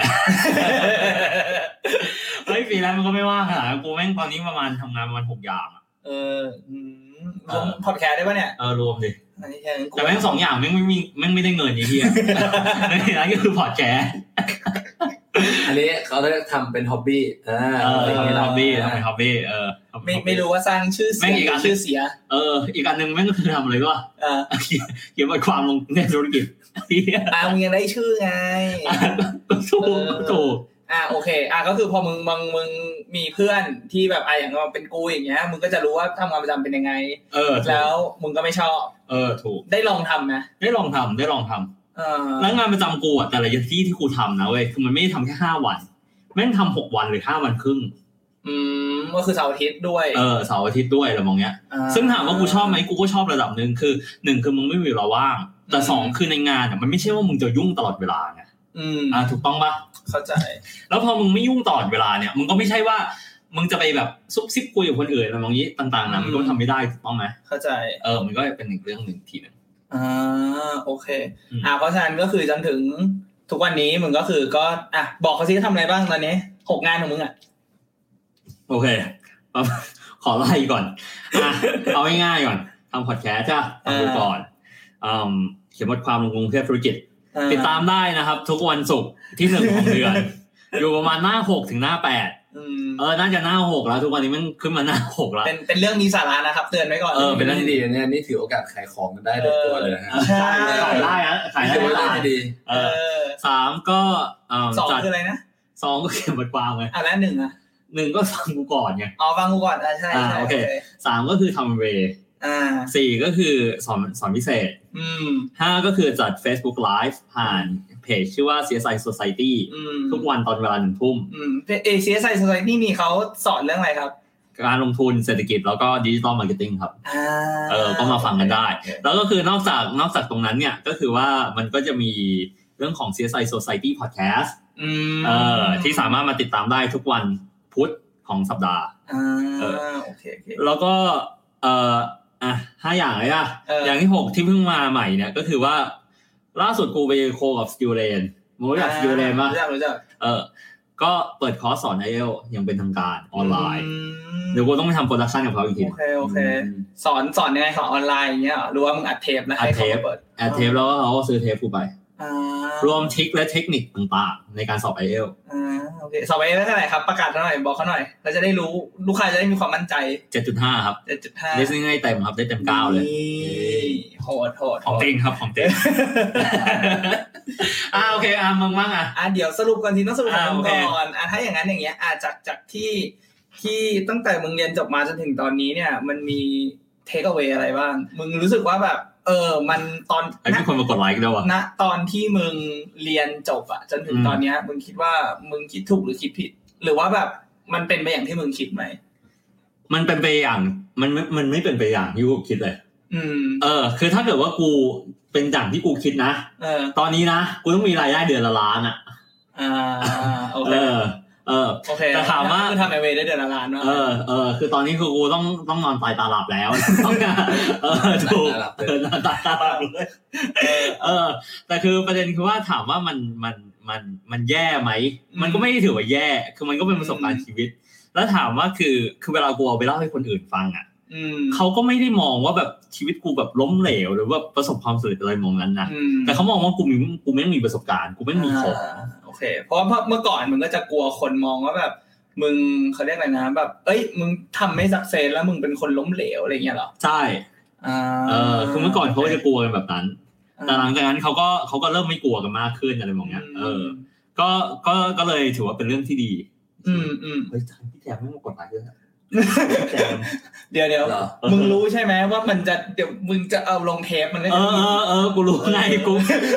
[SPEAKER 1] เฮ้ยฟรีแลนซ์มันก็ไม่ว่าขนาดนั้นกูแม่งตอนนี้ประมาณทำงานประมาณหกอย่างอ่ะ
[SPEAKER 3] เอออืม
[SPEAKER 1] เอ
[SPEAKER 3] รว
[SPEAKER 1] อ
[SPEAKER 3] มพอดแคสต์ได้ปะเนี่ย
[SPEAKER 1] เออรวมดิ
[SPEAKER 3] ไอ้เหี้ยกู
[SPEAKER 1] แต่แม่งสองอย่างแม่งไม่มีแม่งไม่ได้เงินไอ้เหี้ย ในนั้นก็คือพอดแคสต์
[SPEAKER 4] อันนี้เขาเรียกทำเป็นฮ็อบบี้อ่า
[SPEAKER 1] เออทำฮอบบี้ทำเป็นฮอบบี้เออ
[SPEAKER 3] ไม่ไม่รู้ว่าสร้างชื่อ
[SPEAKER 1] แม่
[SPEAKER 3] เสีย
[SPEAKER 1] งอีกอั
[SPEAKER 3] ง
[SPEAKER 1] น
[SPEAKER 3] ชื่อเสีย
[SPEAKER 1] เอออีกอันหนึ่งแม่งก็คือทำอะไรวะ
[SPEAKER 3] เออ
[SPEAKER 1] เขียนบทความลงในธุรกิจ
[SPEAKER 3] อ่ามึงยังได้ชื่อไง
[SPEAKER 1] ถูกถูก
[SPEAKER 3] อ่ะโอเคอ่ะก็คือพอมึงมึงมึงมีเพื่อนที่แบบอ่ะอย่างเป็นกูอย่างเงี้ยมึงก็จะรู้ว่าทำงานประจำเป็นยังไง
[SPEAKER 1] เออถูก
[SPEAKER 3] แล้วมึงก็ไม่ชอบ
[SPEAKER 1] เออถูก
[SPEAKER 3] ได้ลองทำไหม
[SPEAKER 1] ได้ลองทำได้ลองทำ
[SPEAKER 3] เอ อ่า
[SPEAKER 1] แล้วงานประจำกูอ่ะแต่ละที่ที่กูทำนะเว้ยคือมันไม่ได้ทำแค่ห้าวัน แม่งทำหกวันหรือห้าวันครึ่ง
[SPEAKER 3] อืมก็คือเสาร์อาทิตย์ด้วย
[SPEAKER 1] เออเสาร์อาทิตย์ด้วยอะไรมองเงี้ย
[SPEAKER 3] อ่
[SPEAKER 1] ซึ่งถามว่ากูชอบไหมกูก็ชอบระดับหนึ่งคือหนึ่งคือมึงไม่มีเวลาว่าง แต่สองคือในงานอ่ะมันไม่ใช่ว่ามึงจะยุ่งตลอดเวลาไง
[SPEAKER 3] อืม
[SPEAKER 1] อ่ะถูกต้องปะ
[SPEAKER 3] เข้าใจ
[SPEAKER 1] แล้วพอมึงไม่ยุ่งตลอดเวลาเนี่ยมึงก็ไม่ใช่ว่ามึงจะไปแบบซุบซิบคุยกับคนอื่นอะไรมองงี้ต่างๆนะมันก็ทำไม่ได้ถูกต้องไหม
[SPEAKER 3] เข้าใจ
[SPEAKER 1] เออมันก็เป็นอีกเรื่องหนึ่งทีหนึง
[SPEAKER 3] อ่าโอเค
[SPEAKER 1] อืม
[SPEAKER 3] อ่าเพราะฉะนั้นก็คือจนถึงทุกวันนี้มึงก็คือก็อ่ะบอกเขาซิทำอะไรบ้างตอนนี้หกงานของมึงอ่ะ
[SPEAKER 1] โอเค ปั๊บขอไล่ก่อนอ่ะเอาง่ายๆก่อนทำพอดแคสต์จ้ะทำดูก่อนอืมเขียนบทความลงกรุงเทพธุรกิจ
[SPEAKER 3] อ่
[SPEAKER 1] ติดตามได้นะครับ ทุกวันศุกร์ที่หนึ่งของเดือน อยู่ประมาณหน้าหกถึงหน้าแปด
[SPEAKER 3] อืม
[SPEAKER 1] เออน่าจะหน้าหกแล้ว ทุกวันนี้มันขึ้นมาหน้าหกแล้ว
[SPEAKER 3] เป็นเป็นเรื่องมีสาระนะครับ เตือนไว้ก่อน
[SPEAKER 1] เออ
[SPEAKER 4] เป็นเรื่องที่ดีเนี่ยนี่ถือโอกาสขายของกันได้โดยตัวเลยนะฮะ
[SPEAKER 3] ใช่
[SPEAKER 1] ขายได้นะขายได้
[SPEAKER 4] ถือ
[SPEAKER 1] เว
[SPEAKER 4] ว่า
[SPEAKER 1] ลา
[SPEAKER 4] เป็นเรื่องที่ดี
[SPEAKER 1] เอ
[SPEAKER 3] เอ
[SPEAKER 1] อ
[SPEAKER 3] อ
[SPEAKER 1] สามก็เอิ่ม
[SPEAKER 3] สอง
[SPEAKER 1] จั ด
[SPEAKER 3] คืออะไรนะ
[SPEAKER 1] สองก็เขียนบทความไง
[SPEAKER 3] อ่ะแล้วหนึ่งอ่ะ
[SPEAKER 1] หนึ่งก็ฟังกูก่อนไง
[SPEAKER 3] อ๋อฟังกูก่อนอ่ะใช่ใช่
[SPEAKER 1] อ่าโอเค สามก็คือทำเวย์
[SPEAKER 3] อ่า
[SPEAKER 1] สี่ก็คือสอนสอนพิเศษ
[SPEAKER 3] อืม
[SPEAKER 1] ห้าก็คือจัด Facebook Live ผ่านเพจชื่อว่า CSI Society
[SPEAKER 3] อืม
[SPEAKER 1] ทุกวันตอนเวลาหนึ่งทุ่ม
[SPEAKER 3] อืมเอเชียไซส์ไซนี่นี่เขาสอนเรื่องอะไรครับ
[SPEAKER 1] การลงทุนเศรษฐกิจแล้วก็ดิจิตอลมาร์เก็ตติ้งครับ
[SPEAKER 3] อ่า
[SPEAKER 1] เออ ก็มาฟังกันได้ แล้วก็คือนอกจากนอกจากตรงนั้นเนี่ย ก็คือว่ามันก็จะมีเรื่องของ CSI Society Podcast
[SPEAKER 3] อืม
[SPEAKER 1] เออที่สามารถมาติดตามได้ทุกวันพุธของสัปดาห์
[SPEAKER 3] อ่า
[SPEAKER 1] เออ
[SPEAKER 3] โอเคโอเค
[SPEAKER 1] แล้วก็เอออ่ะห้าอย่างเลยอะ
[SPEAKER 3] เออ
[SPEAKER 1] อ
[SPEAKER 3] อ
[SPEAKER 1] ย่างที่หกที่เพิ่งมาใหม่เนี่ยก็คือว่าล่าสุดกูไปโคกับสติวเลนมึงรู้จักสติวเลนปะ
[SPEAKER 3] รู้จักรู้จัก
[SPEAKER 1] เออ ก็เปิดคอร์สสอนไอเอลยังเป็นทางการออนไลน์
[SPEAKER 3] อื
[SPEAKER 1] เดี๋ย
[SPEAKER 3] ม
[SPEAKER 1] วกูต้องไปทำโปรดักชันกับเขาอีกที
[SPEAKER 3] โอ
[SPEAKER 1] นะ
[SPEAKER 3] เคโอเค สอนสอนยังไงสอนออนไลน์อย่างเงี้ยเหรอหรือว่ามึงอัดเทปนะ
[SPEAKER 1] อัดเทป
[SPEAKER 3] ให้ขามาเปิด
[SPEAKER 1] แอดเทปแล้วก็เขาก็ซื้อเทปกูไป
[SPEAKER 3] อ่าร
[SPEAKER 1] วมทริคและเทคนิคต่างๆ ในการสอบไอเอล
[SPEAKER 3] อ่าโอเคสอบไปได้เท่าไหร่ครับ ประกาศเท่าไหร่บอกเขาหน่อย เราจะได้รู้ลูกค้าจะได้มีความมั่นใจ
[SPEAKER 1] 7.5 ครับ
[SPEAKER 3] เจ็ดจุดห้า
[SPEAKER 1] เลสซิ่งให้เต็มครับ ได้เต็ม 9 เลย
[SPEAKER 3] โหดโหด
[SPEAKER 1] ของเต็งครับ ของเต็ง อ่าโอเค อ่ะมึงมั่งอ่ะ
[SPEAKER 3] อ่ะเดี๋ยวสรุปก่อนทีต้องสรุป
[SPEAKER 1] อ่า
[SPEAKER 3] ของมึง
[SPEAKER 1] โอเค
[SPEAKER 3] ก่อนอ่ะถ้าอย่างนั้นอย่างเงี้ยอ่ะจากจากที่ที่ตั้งแต่มึงเรียนจบมาจนถึงตอนนี้เนี่ย มันมีเทคเอาไว้อะไรบ้างมึงรู้สึกว่าแบบ เออ มันตอน
[SPEAKER 1] ไอ้มีคนมากดไลค์ด้วยว่ะ
[SPEAKER 3] ณตอนที่มึงเรียนจบอะจนถึง
[SPEAKER 1] อืม
[SPEAKER 3] ตอนเนี้ย มึงคิดว่ามึงคิดถูกหรือคิดผิด หรือว่าแบบมันเป็นไปอย่างที่มึงคิดไหม
[SPEAKER 1] มันเป็นไปอย่างมันไม่มันไม่เป็นไปอย่างที่กูคิดเลย
[SPEAKER 3] อืม
[SPEAKER 1] เออ คือถ้าเกิดว่ากูเป็นอย่างที่กูคิดนะ
[SPEAKER 3] เออ
[SPEAKER 1] ตอนนี้นะ กูต้องมีรายได้เดือนละล้านอ่ะ
[SPEAKER 3] อ่าโอเค
[SPEAKER 1] เออ เออ
[SPEAKER 3] โอเค
[SPEAKER 1] แต่ถามว่า
[SPEAKER 3] คือทำไอเวย์ได้เดือนละล้านวะ
[SPEAKER 1] เออ เออ คือตอนนี้คือกูต้องต้องนอนตายตาหลับแล้ว ต้องเออถูก
[SPEAKER 4] ตาหลับเลย
[SPEAKER 1] เออนอนตายตาหลับเลย เออ แต่คือประเด็นคือว่าถามว่ามันมันมันมันแย่ไหม มันก็ไม่ได้ถือว่าแย่ คือมันก็เป็นประสบการณ์ชีวิต แล้วถามว่าคือคือเวลากูเอาไปเล่าให้คนอื่นฟังอ่ะ
[SPEAKER 3] อืม
[SPEAKER 1] เขาก็ไม่ได้มองว่าแบบชีวิตกูแบบล้มเหลวหรือว่าประสบความสำเร็จอะไรมองนั้นนะ
[SPEAKER 3] อืม
[SPEAKER 1] แต่เขามองว่ากูมีกูไม่มีประสบการณ์ กูไม่มีของ
[SPEAKER 3] อ่าโอเค เพราะว่าเมื่อก่อนมึงก็จะกลัวคนมองว่าแบบ มึงเขาเรียกอะไรนะแบบ เอ้ย มึงทำไม่สักเซนแล้วมึงเป็นคนล้มเหลวอะไรเงี้ยเหรอ
[SPEAKER 1] ใช่
[SPEAKER 3] อ่า
[SPEAKER 1] เออ คือเมื่อก่อนเขาก็จะกลัวกันแบบนั้น แต่หลังจากนั้นเขาก็เขาก็เริ่มไม่กลัวกันมากขึ้นอะไรแบบเนี้ย เออ ก็ ก็ ก็เลยถือว่าเป็นเรื่องที่ดี
[SPEAKER 3] อืมอืม
[SPEAKER 1] เฮ้ยพี่แจมไม่มากดไลค์ด้วยนะแจม
[SPEAKER 3] เดี๋ยวเดี๋ยว
[SPEAKER 4] เหรอ
[SPEAKER 3] มึงรู้ใช่ไหมว่ามันจะเดี๋ยวมึงจะเอาลงเทปมันก็
[SPEAKER 1] เอ
[SPEAKER 3] จะ
[SPEAKER 1] อ
[SPEAKER 3] มี
[SPEAKER 1] เออเออ กูรู้ไงกู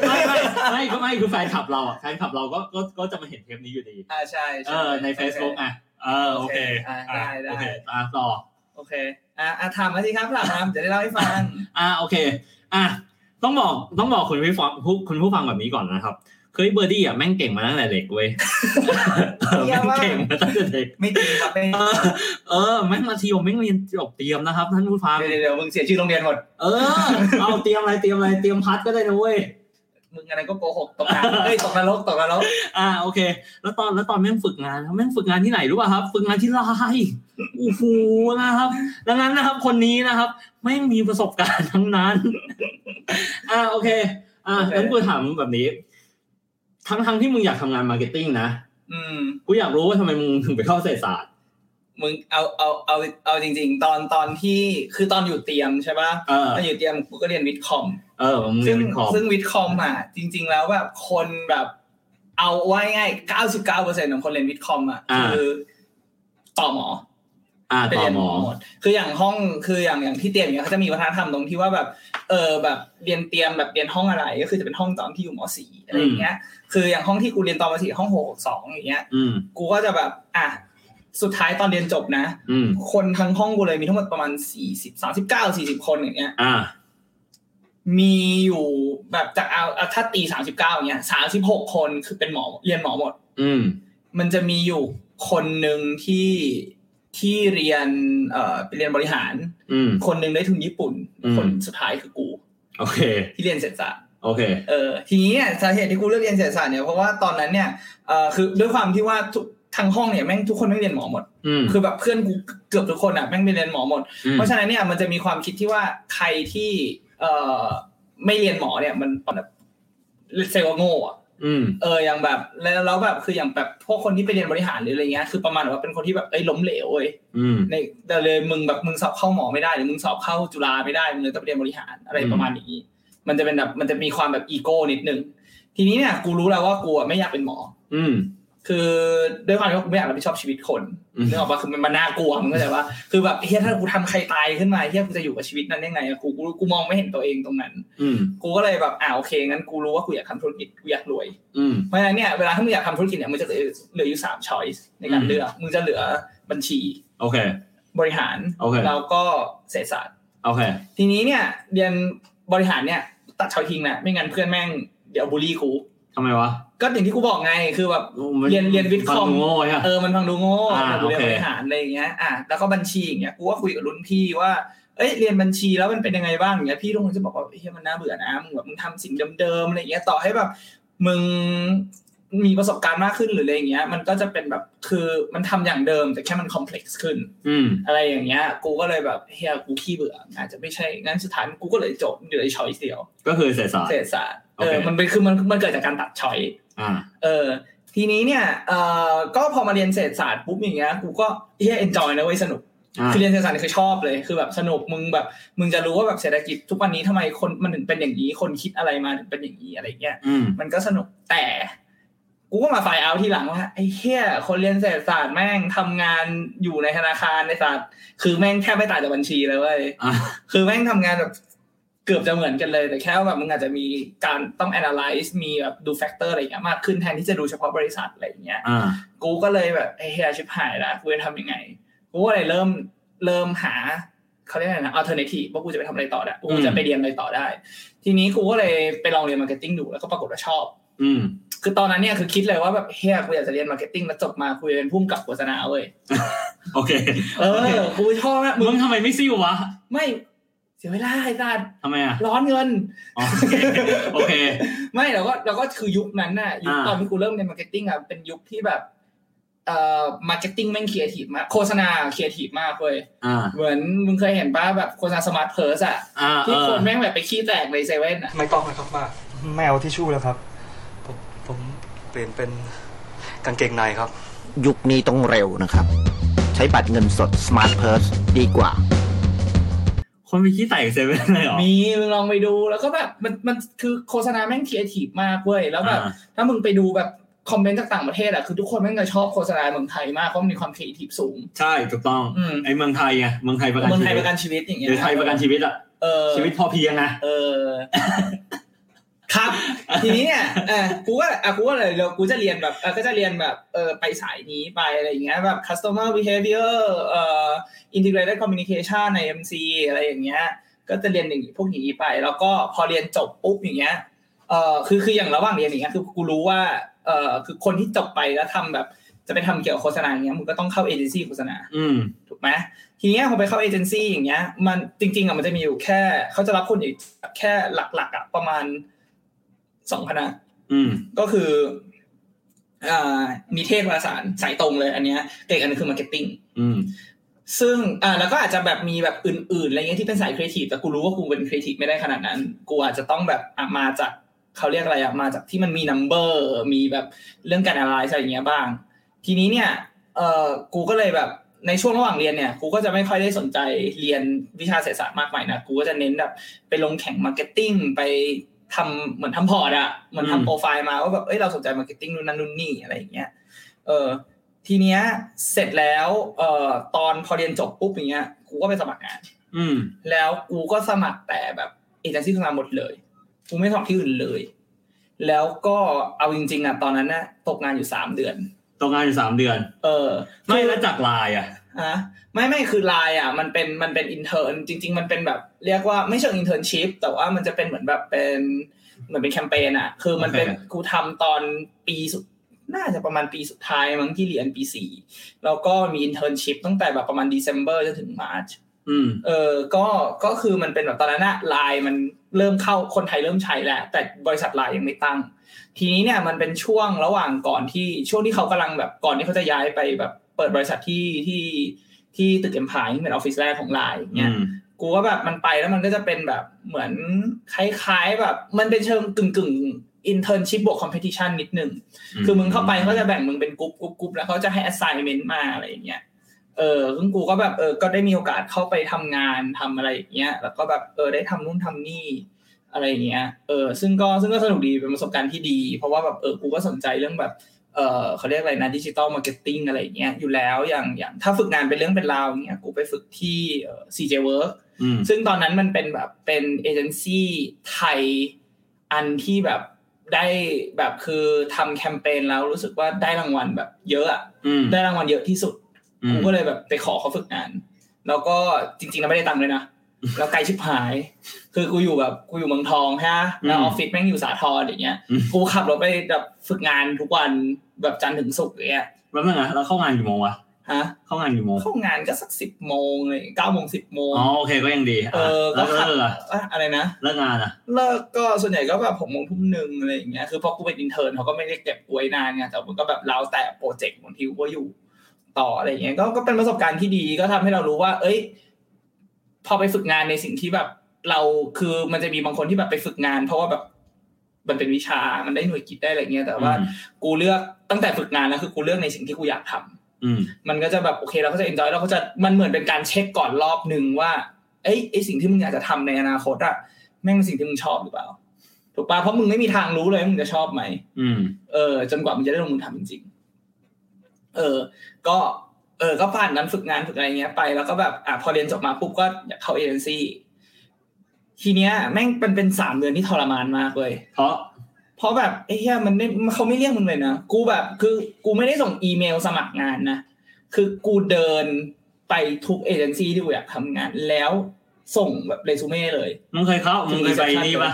[SPEAKER 1] ไม่ไม่ไม่ก็ไม่คือแฟนคลับเราอ่ะ แฟนคลับเราก็ ก็ ก็จะมาเห็นเทปนี้อยู่ดี
[SPEAKER 3] อ่าใช่
[SPEAKER 1] เอ
[SPEAKER 3] ช่
[SPEAKER 1] อ ใน Facebook อ่ะ เออ โอเค
[SPEAKER 3] โอเคอ่ะได้ได้
[SPEAKER 1] โอเคอ่ะต่อ
[SPEAKER 3] โอเคอ่าอ่าถามมาสิครับถามมาจะได้เล่าให้ฟั ง
[SPEAKER 1] อ่ะโอเค อ่ะต้องบอก ต้องบอกคุณผู้ฟังผู้คุณผู้ฟังแบบนี้ก่อนนะครับ คือไอ้เบอร์ดี้อ่ะแม่งเก่งมาตั้งแต่เด็กเว้ย
[SPEAKER 3] เหี้
[SPEAKER 1] แม่
[SPEAKER 3] ย
[SPEAKER 1] ง
[SPEAKER 3] มาก
[SPEAKER 1] เก่งมาตั้งแต่เด็ก
[SPEAKER 3] ไม่จริงครับไม่
[SPEAKER 1] เออเออแม่งมาทีผมแม่งเรียนจบเตรียมนะครับท่านผู้ฟัง
[SPEAKER 3] เดี๋ยวเดี๋ยวเดี๋ยวมึงเสียชื่อโรงเรียนหมด
[SPEAKER 1] เออ เอาเตรียมอะไรเตรียมอะไรเตรียมพัดก็ได้นะเว้ย
[SPEAKER 3] มึงอะไรก็โกหกตกงานเฮ้ยตกนรกตกนรก
[SPEAKER 1] อ่าโอเค แล้วตอนแล้วตอนแม่งฝึกงานครับแม่งฝึกงานที่ไหนรู้ป่ะครับ ฝึกงานที่ไลน์โอ้โหนะครับ ดังนั้นนะครับ คนนี้นะครับแม่งมีประสบการณ์ทั้งนั้น อ่าโอเค อ่างั้นกูถามแบบนี้ ทั้งทั้งที่มึงอยากทำงานมาร์เก็ตติ้งนะ
[SPEAKER 3] อืม
[SPEAKER 1] กูอยากรู้ว่าทำไมมึงถึงไปเข้าเศรษฐศาสตร์
[SPEAKER 3] มึงเอาเอาเอาเอาจริง ๆ ตอนตอนที่คือตอนอยู่เตรียมใช่ป่ะ
[SPEAKER 1] เออ
[SPEAKER 3] ตอนอยู่เตรียมกูก็เรียนวิทย์คอม
[SPEAKER 1] เออมึงเรี
[SPEAKER 3] ซึ่
[SPEAKER 1] ยน
[SPEAKER 3] ง
[SPEAKER 1] เป็นคอม
[SPEAKER 3] ซึ่งวิทย์คอมอ่ะจริง ๆ แล้วแบบคนแบบเอาไว้ง่าย 99%ของคนเรียนวิทย์คอมอ่ะคือต่อหมอ
[SPEAKER 1] อ่า
[SPEAKER 3] ไป
[SPEAKER 1] ต่อ
[SPEAKER 3] เรียน
[SPEAKER 1] หมอ
[SPEAKER 3] หมดคืออย่างห้องคืออย่างอย่างที่เตรียมเนี่ยเขาจะมีวัฒนธรรมตรงที่ว่าแบบ เออแบบเรียนเตรียมแบบเรียนห้องอะไร ก็คือจะเป็นห้องตอนที่อยู่มสี่อะไรอย่างเงี้ย คืออย่างห้องที่กูเรียนตอนมสี่ห้องหกหกสองอย่างเงี้ย
[SPEAKER 1] อืม
[SPEAKER 3] กูก็จะแบบอ่ะสุดท้ายตอนเรียนจบนะ
[SPEAKER 1] อืม
[SPEAKER 3] คนทั้งห้องกูเลยมีทั้งหมดประมาณสี่สิบสามสิบเก้าสี่สิบคนอย่างเงี้ย
[SPEAKER 1] อ่า
[SPEAKER 3] มีอยู่แบบจากเอาเอาถ้าตีสามสิบเก้าอย่างเงี้ยสามสิบหกคนคือเป็นหมอเรียนหมอหมด
[SPEAKER 1] อืม
[SPEAKER 3] มันจะมีอยู่คนหนึ่งที่ที่เรียนเอ่อไปเรียนบริหาร
[SPEAKER 1] อืม
[SPEAKER 3] คนหนึ่งได้ทุนญี่ปุ่น
[SPEAKER 1] อืม
[SPEAKER 3] คนสุดท้ายคือกู
[SPEAKER 1] โอเค
[SPEAKER 3] ที่เรียนเศรษฐศาสตร์
[SPEAKER 1] โอเค
[SPEAKER 3] เออทีนี้เนี่ยสาเหตุที่กูเลือกเรียนเศรษฐศาสตร์เนี่ยเพราะว่าตอนนั้นเนี่ยเออคือด้วยความที่ว่าทุกทั้งห้องเนี่ยแม่งทุกคนไม่งเรียนหมอหมด
[SPEAKER 1] อืม
[SPEAKER 3] คือแบบเพื่อนกูเกือบทุกคนอ่ะแม่งไปเรียนหมอหมด
[SPEAKER 1] ม
[SPEAKER 3] เพราะฉะนั้นเนี่ยมันจะมีความคิดที่ว่าใครที่เออไม่เรียนหมอเนี่ยมันแบบเซลล์ว่าโง่อะ
[SPEAKER 1] อืม
[SPEAKER 3] เอออย่างแบบแล้วแล้วแบบคืออย่างแบบพวกคนที่ไปเรียนบริหารหรืออะไรเงี้ยคือประมาณว่าเป็นคนที่แบบเอ้ยล้มเหลวเว้ย
[SPEAKER 1] อืม
[SPEAKER 3] ในแต่เลยมึงแบบมึงสอบเข้าหมอไม่ได้หรือมึงสอบเข้าจุฬาไม่ได้มึงเลยต้องไปเรียนบริหารอะไร
[SPEAKER 1] อืม
[SPEAKER 3] ประมาณนี้ มันจะเป็นแบบมันจะมีความแบบอีโก้นิดนึงทีนี้เนี่ยกูรู้แล้วว่ากูอะไม่อยากเป็นหมอ
[SPEAKER 1] อืม
[SPEAKER 3] คือด้วยความที่ว่ากูไม่อยากรับผิดชอบชีวิตคน
[SPEAKER 1] อืม
[SPEAKER 3] นึกออกปะคือมันมันน่ากลัวมึงเข้าใจปะคือแบบเฮียถ้ากูทำใครตายขึ้นมาเฮียกูจะอยู่กับชีวิตนั้นยังไงอะกูกูกูมองไม่เห็นตัวเองตรงนั้น
[SPEAKER 1] อืม
[SPEAKER 3] กูก็เลยแบบอ่าโอเคงั้นกูรู้ว่ากูอยากทำธุรกิจกูอยากรวย
[SPEAKER 1] อืม
[SPEAKER 3] เพราะฉะนั้นเนี่ยเวลาถ้ามึงอยากทำธุรกิจเนี่ยมึงจะเหลือเหลืออยู่สามช้อยส์ในการ
[SPEAKER 1] อืม
[SPEAKER 3] เลือกมึงจะเหลือบัญชี
[SPEAKER 1] โอเค
[SPEAKER 3] บริหาร
[SPEAKER 1] โอเค
[SPEAKER 3] แล้วก็เศรษฐศาสตร์
[SPEAKER 1] โอเค
[SPEAKER 3] ทีนี้เนี่ยเรียนบริหารเนี่ยตัดช้อยทิ้งนะไม่งั้นเพื่อนแม่งเดี๋ยวบูลลี่กู
[SPEAKER 1] ทำไมวะ
[SPEAKER 3] ก็อย่างที่กูบอกไงคือแบบ
[SPEAKER 1] มั
[SPEAKER 3] เรียนเรียนวิทย์คอม
[SPEAKER 1] ฟังดูโง่ใช่ปะ
[SPEAKER 3] เออมันฟังดูโง่
[SPEAKER 1] อ่า
[SPEAKER 3] แต่กูเรียน
[SPEAKER 1] โอเค
[SPEAKER 3] บริหารอะไรอย่างเงี้ยอ่ะแล้วก็บัญชีอย่างเงี้ยกูก็คุยกับรุ่นพี่ว่าเอ้ยเรียนบัญชีแล้วมันเป็นยังไงบ้างอย่างเงี้ยพี่ทุกคนจะบอกว่าเฮ้ยมันน่าเบื่อนะมึงแบบมึงทำสิ่งเดิมๆอะไรอย่างเงี้ยต่อให้แบบมึงมีประสบการณ์มากขึ้นหรืออะไรอย่างเงี้ย มันก็จะเป็นแบบคือมันทำอย่างเดิมแต่แค่มันคอมเพล็กซ์ขึ้น
[SPEAKER 1] อืม
[SPEAKER 3] อะไรอย่างเงี้ยกูก็เลยแบบเฮียกูขี้เบื่ออาจจะไม่ใช่งั้นสุดท้ายกูก็เลยจบเหลือช้อยเดียว
[SPEAKER 1] ก็คือเศรษฐศาสตร์
[SPEAKER 3] เศรษฐศาสตร์
[SPEAKER 1] โอ
[SPEAKER 3] เอ
[SPEAKER 1] เค
[SPEAKER 3] อมันเป็นคือมันมันเกิดจากการตัดช้อย
[SPEAKER 1] อ่า
[SPEAKER 3] เออทีนี้เนี่ยเออก็พอมาเรียนเศรษฐศาสตร์ปุ๊บอย่างเงี้ยกูก็เฮียเอนจอยนะเว้ยสนุก
[SPEAKER 1] อ่า
[SPEAKER 3] คือเรียนเศรษฐศาสตร์นี่คือชอบเลยคือแบบสนุกมึงแบบมึงจะรู้ว่าแบบเศรษฐกิจทุกวันนี้ทำไมคนมันถึงเป็นอย่างนี้คนคิดอะไรมาถึงเป็นอย่างนี้อะไรเงี้ย
[SPEAKER 1] อืม
[SPEAKER 3] มันก็สนุกแต่ กูก็มาไฟเอาทีหลังว่าไอ้เฮียคนเรียนเศรษฐศาสตร์แม่งทำงานอยู่ในธนาคารในศาสตร์คือแม่งแทบไม่ต่างจากบัญชีเลยเว้ย
[SPEAKER 1] อ่า
[SPEAKER 3] คือแม่งทำงานแบบเกือบจะเหมือนกันเลยแต่แค่ว่าแบบมึงอาจจะมีการต้อง analyze มีแบบดู factor อะไรอย่างเงี้ยมากขึ้นแทนที่จะดูเฉพาะบริษัทอะไรอย่างเงี้ย
[SPEAKER 1] อ่า
[SPEAKER 3] กูก็เลยแบบไอ้เฮียชิบหายละกูจะทำยังไงกูก็เลยเริ่มเริ่มหาเขาเรียกอะไรนะ alternative ว่ากูจะไปทำอะไรต่อได้ว่ากู
[SPEAKER 1] อื
[SPEAKER 3] จะ
[SPEAKER 1] ม
[SPEAKER 3] ไปเรียนอะไรต่อได้ ทีนี้กูก็เลยไปลองเรียน marketing ดูแล้วก็ปรากฏว่าชอบ
[SPEAKER 1] อืม
[SPEAKER 3] คือตอนนั้นเนี่ยคือคิดเลยว่าแบบเฮียกูอยากจะเรียน marketing แล้วจบมากูจะเป็นผู้กำกับโฆษณาเว้ย
[SPEAKER 1] โอเค
[SPEAKER 3] เออกูชอบมากมึ
[SPEAKER 1] มึ
[SPEAKER 3] ง
[SPEAKER 1] งทำไมไม่ซิ่ววะ
[SPEAKER 3] ไม่เสียเวลาไอ้สัตว์
[SPEAKER 1] ทำไมอ่ะ
[SPEAKER 3] ร้อนเงิน
[SPEAKER 1] อ๋อโอเค
[SPEAKER 3] ไม่เราก็เราก็คือยุคนั้นน่ะยุค
[SPEAKER 1] อ่า
[SPEAKER 3] ตอนที่กูเริ่มเรียนมาร์เก็ตติ้งอ่ะเป็นยุคที่แบบเอ่อมาร์เก็ตติ้งแม่งครีเอทีฟมากโฆษณาครีเอทีฟมากเว้ย
[SPEAKER 1] อ่า
[SPEAKER 3] เหมือนมึงเคยเห็นป่ะแบบโฆษณาสมาร์ทเพิร์สอ่ะ
[SPEAKER 1] อ่า
[SPEAKER 3] ที่
[SPEAKER 1] เออ
[SPEAKER 3] คนแม่งแบบไปขี้แตกในเซเว่นอ่ะ
[SPEAKER 5] ไม่ต้องนะครับป้า
[SPEAKER 6] ไม่เอาทิชชู่แล้วครับ
[SPEAKER 5] ผมผมเปลี่ยนเป็นกางเกงในครับ
[SPEAKER 7] ยุคนี้ต้องเร็วนะครับ ใช้บัตรเงินสด Smart Purse ดีกว่า
[SPEAKER 1] คนมีขี้ไต่เซเว่นเลยเหรอ
[SPEAKER 3] มีมึงลองไปดูแล้วก็แบบมันมันคือโฆษณาแม่งครีเอทีฟมากเว้ยแล้วแบบ
[SPEAKER 1] อ่า
[SPEAKER 3] ถ้ามึงไปดูแบบคอมเมนต์จากต่างประเทศอ่ะคือทุกคนแม่งจะชอบโฆษณาเมืองไทยมากเพราะมันมีความครีเอทีฟสูง
[SPEAKER 1] ใช่ถูกต้อง
[SPEAKER 3] อืม
[SPEAKER 1] ไอ้เมืองไทยไงเมืองไทยประกัน
[SPEAKER 3] เมือง
[SPEAKER 1] ชี
[SPEAKER 3] ไทย
[SPEAKER 1] วิ
[SPEAKER 3] ป
[SPEAKER 1] ต
[SPEAKER 3] ระกันชีวิตอย่างเงี้
[SPEAKER 1] ห
[SPEAKER 3] ย
[SPEAKER 1] รือไทยประกันชีวิตอ่ะ
[SPEAKER 3] เออ
[SPEAKER 1] ชีวิตพอเพียงนะ
[SPEAKER 3] เออ ครับ ทีนี้เนี่ยเออกูว่าอ่ะกูว่าเลยเดี๋ยวกูจะเรียนแบบเออก็จะเรียนแบบเออไปสายนี้ไปอะไรอย่างเงี้ยแบบ customer behavior เอ่อ integrated communication ใน MC อะไรอย่างเงี้ย ก็จะเรียนอย่างงี้พวกอย่างนี้ไป แล้วก็พอเรียนจบปุ๊บอย่างเงี้ยเออคือคืออย่างระหว่างเรียนอย่างเงี้ยคือกูรู้ว่าเออคือคนที่จบไปแล้วทำแบบจะไปทำเกี่ยวกับโฆษณาอย่างเงี้ยมึงก็ต้องเข้าเอเจนซี่โฆษณา
[SPEAKER 1] อืม
[SPEAKER 3] ถูกไหมทีเนี้ยพอไปเข้าเอเจนซี่อย่างเงี้ย มันจริงๆอ่ะมันจะมีอยู่แค่เขาจะรับคนอีกแค่หลักๆอ่ะประมาณสองคณะ
[SPEAKER 1] อืม
[SPEAKER 3] ก็คืออ่านิเทศวารสารสายตรงเลยอันเนี้ยเด็กอันนึงคือมาร์เก็ตติ้ง
[SPEAKER 1] อืม
[SPEAKER 3] ซึ่งอ่าแล้วก็อาจจะแบบมีแบบอื่นๆอะไรเงี้ยที่เป็นสายครีเอทีฟแต่กูรู้ว่ากูเป็นครีเอทีฟไม่ได้ขนาดนั้น กูอาจจะต้องแบบอ่ะมาจากเขาเรียกอะไรอ่ะมาจากที่มันมีนัมเบอร์มีแบบเรื่องการอะไรอะไรอย่างเงี้ยบ้าง ทีนี้เนี่ย เออกูก็เลยแบบในช่วงระหว่างเรียนเนี่ย กูก็จะไม่ค่อยได้สนใจเรียนวิชาเศรษฐศาสตร์มากมายนะ กูก็จะเน้นแบบไปลงแข่งมาร์เก็ตติ้งไปทำเหมือนทำพอร์ตอะเหมือน
[SPEAKER 1] อืม
[SPEAKER 3] ทำโปรไฟล์มาว่าแบบ เอ้ยเราสนใจมาร์เก็ตติ้งนู่นนั่นนู่นนี่อะไรอย่างเงี้ย เออ ทีเนี้ยเสร็จแล้วเอ่อตอนพอเรียนจบปุ๊บอย่างเงี้ยกูก็ไปสมัครงาน
[SPEAKER 1] อืม
[SPEAKER 3] แล้วกูก็สมัครแต่แบบเอเจนซี่ทำงานหมดเลย กูไม่สมัครที่อื่นเลย แล้วก็เอาจริงๆอ่ะตอนนั้นน่ะตกงานอยู่สามเดือน
[SPEAKER 1] ตกงานอยู่สามเดือน
[SPEAKER 3] เออ
[SPEAKER 1] ไม่
[SPEAKER 3] คือ
[SPEAKER 1] แล้วจากลายอ่ะ
[SPEAKER 3] อ่ะไม่ไม่คือไลน์อ่ะ มันเป็นมันเป็นอินเทอร์จริง ๆ มันเป็นแบบเรียกว่าไม่เชิงอินเทอร์ชิพแต่ว่ามันจะเป็นเหมือนแบบเป็นเหมือนเป็นแคมเปญอ่ะ คือมันเป็น
[SPEAKER 1] โอเค
[SPEAKER 3] กูทำตอนปีสุดน่าจะประมาณปีสุดท้ายมั้งที่เรียนปีสี่แล้วก็มีอินเทอร์ชิพตั้งแต่แบบประมาณเดซ ember จนถึงมาร์
[SPEAKER 1] อืม
[SPEAKER 3] เออก็ก็คือมันเป็นแบบตอนนั้นอะไลน์มันเริ่มเข้าคนไทยเริ่มใช้แล้ว แต่บริษัทไลน์ยังไม่ตั้ง ทีนี้เนี่ยมันเป็นช่วงระหว่างก่อนที่ช่วงที่เขากำลังแบบก่อนที่เขาจะย้ายไปแบบเปิดบริษัทที่ที่ที่ตึกเอ็มพายที่เป็นออฟฟิศแรกของไลน์อย่า
[SPEAKER 1] อื
[SPEAKER 3] งเงี้ย
[SPEAKER 1] ม
[SPEAKER 3] กูว่าแบบมันไปแล้วมันก็จะเป็นแบบเหมือนคล้ายๆแบบมันเป็นเชิงกึ่งกึ่งอินเทอร์นชิพบวกคอมเพติชันนิดนึง
[SPEAKER 1] อืม
[SPEAKER 3] คือมึงเข้าไปเขาจะแบ่งมึงเป็นกรุ๊ปกรุ๊ปกรุ๊ปแล้วเขาจะให้ assignment มาอะไรอย่างเงี้ยเออซึ่งกูก็แบบเออก็ได้มีโอกาสเข้าไปทำงานทำอะไรอย่างเงี้ยแล้วก็แบบเออได้ทำนู่นทำนี่อะไรอย่างเงี้ยเออซึ่งก็ซึ่งก็สนุกดีเป็นประสบการณ์ที่ดี เพราะว่าแบบเออกูก็สนใจเรื่องแบบ เออเขาเรียกอะไรนะดิจิตอลมาร์เก็ตติ้งอะไรอย่างเงี้ยอยู่แล้วอย่างอย่างถ้าฝึกงานเป็นเรื่องเป็นราวอย่างเงี้ยกูไปฝึกที่เอ่อ CJ Work
[SPEAKER 1] อืม
[SPEAKER 3] ซึ่งตอนนั้นมันเป็นแบบเป็นเอเจนซี่ไทยอันที่แบบได้แบบคือทำแคมเปญแล้วรู้สึกว่าได้รางวัลแบบเยอะอะ
[SPEAKER 1] อืม
[SPEAKER 3] ได้รางวัลเยอะที่สุด
[SPEAKER 1] อื
[SPEAKER 3] กู
[SPEAKER 1] ม
[SPEAKER 3] ก็เลยแบบไปขอเขาฝึกงาน แล้วก็จริงๆแล้วไม่ได้ตังค์เลยนะ แล้วไกลชิบหาย คือกูอยู่แบบกูอยู่เมืองทองฮะแล้วออฟฟิศแม่งอยู่สาทรอย่างเงี้ย กูขับรถไปแบบฝึกงานทุกวันแบบจันทร์ถึงศุกร์อย่างเงี้ย
[SPEAKER 1] แล้วเมื่อไงนะแล้วเข้างานกี่โมงวะ
[SPEAKER 3] ฮะ
[SPEAKER 1] เข้างานกี่โมง
[SPEAKER 3] เข้างานก็สักสิบโมงเลยเก้าโมงสิบโมง
[SPEAKER 1] อ๋อโอเคก็ยังดี
[SPEAKER 3] เออก็
[SPEAKER 1] แล้ว
[SPEAKER 3] ขั
[SPEAKER 1] เลิก
[SPEAKER 3] บ
[SPEAKER 1] อะ
[SPEAKER 3] อะอะไรนะ
[SPEAKER 1] เลิกงานอ่ะ
[SPEAKER 3] เลิกก็ส่วนใหญ่ก็แบบผมมงทุ่มหนึ่งอะไรอย่างเงี้ยคือพอกูเป็นอินเทอร์นเขาก็ไม่ได้เก็บไว้นานไงแต่มันก็แบบแล้วแต่โปรเจกต์บางทีกูก็อยู่ ต่ออะไรอย่างเงี้ยก็ก็เป็นประสบการณ์ที่ดีก็ทำให้เรารู้ว่า เอ้ย พอไปฝึกงานในสิ่งที่แบบ เราคือมันจะมีบางคนที่แบบไปฝึกงาน เพราะว่าแบบมันเป็นวิชามันได้หน่วยกิจได้อะไรเงี้ยแต่ว่า
[SPEAKER 1] อืม
[SPEAKER 3] กูเลือกตั้งแต่ฝึกงานแล้วคือกูเลือกในสิ่งที่กูอยากทำ
[SPEAKER 1] อืม
[SPEAKER 3] มันก็จะแบบโอเคเราก็จะเอนจอยเราก็จะมันเหมือนเป็นการเช็คก่อนรอบหนึ่งว่าเอ้ยไอสิ่งที่มึงอยากจะทำในอนาคตอะแม่งเป็นสิ่งที่มึงชอบหรือเปล่า ถูกปะเพราะมึงไม่มีทางรู้เลยว่ามึงจะชอบไหม
[SPEAKER 1] อืม
[SPEAKER 3] เออจนกว่ามึงจะได้ลงมือทำจริงๆเออ ก็เออก็ผ่านนั้นฝึกงานฝึกอะไรเงี้ยไปแล้วก็แบบอ่ะพอเรียนจบมาปุ๊บก็อยากเข้าเอเจนซี่ทีเนี้ย แม่งเป็นเป็นสามเดือนที่ทรมานมากเลย
[SPEAKER 1] เพราะ
[SPEAKER 3] เพราะแบบไอ้เหี้ยมันไม่เขาไม่เรียกมึงเลยนะ กูแบบคือกูไม่ได้ส่งอีเมลสมัครงานนะ คือกูเดินไปทุกเอเจนซี่ที่กูอยากทำงาน แล้วส่งแบบเรซูเม่เลย
[SPEAKER 1] มึงเคยเข้า
[SPEAKER 3] ถึ
[SPEAKER 1] มึ
[SPEAKER 3] ง
[SPEAKER 1] งเคยไป
[SPEAKER 3] reception
[SPEAKER 1] นี่ปะ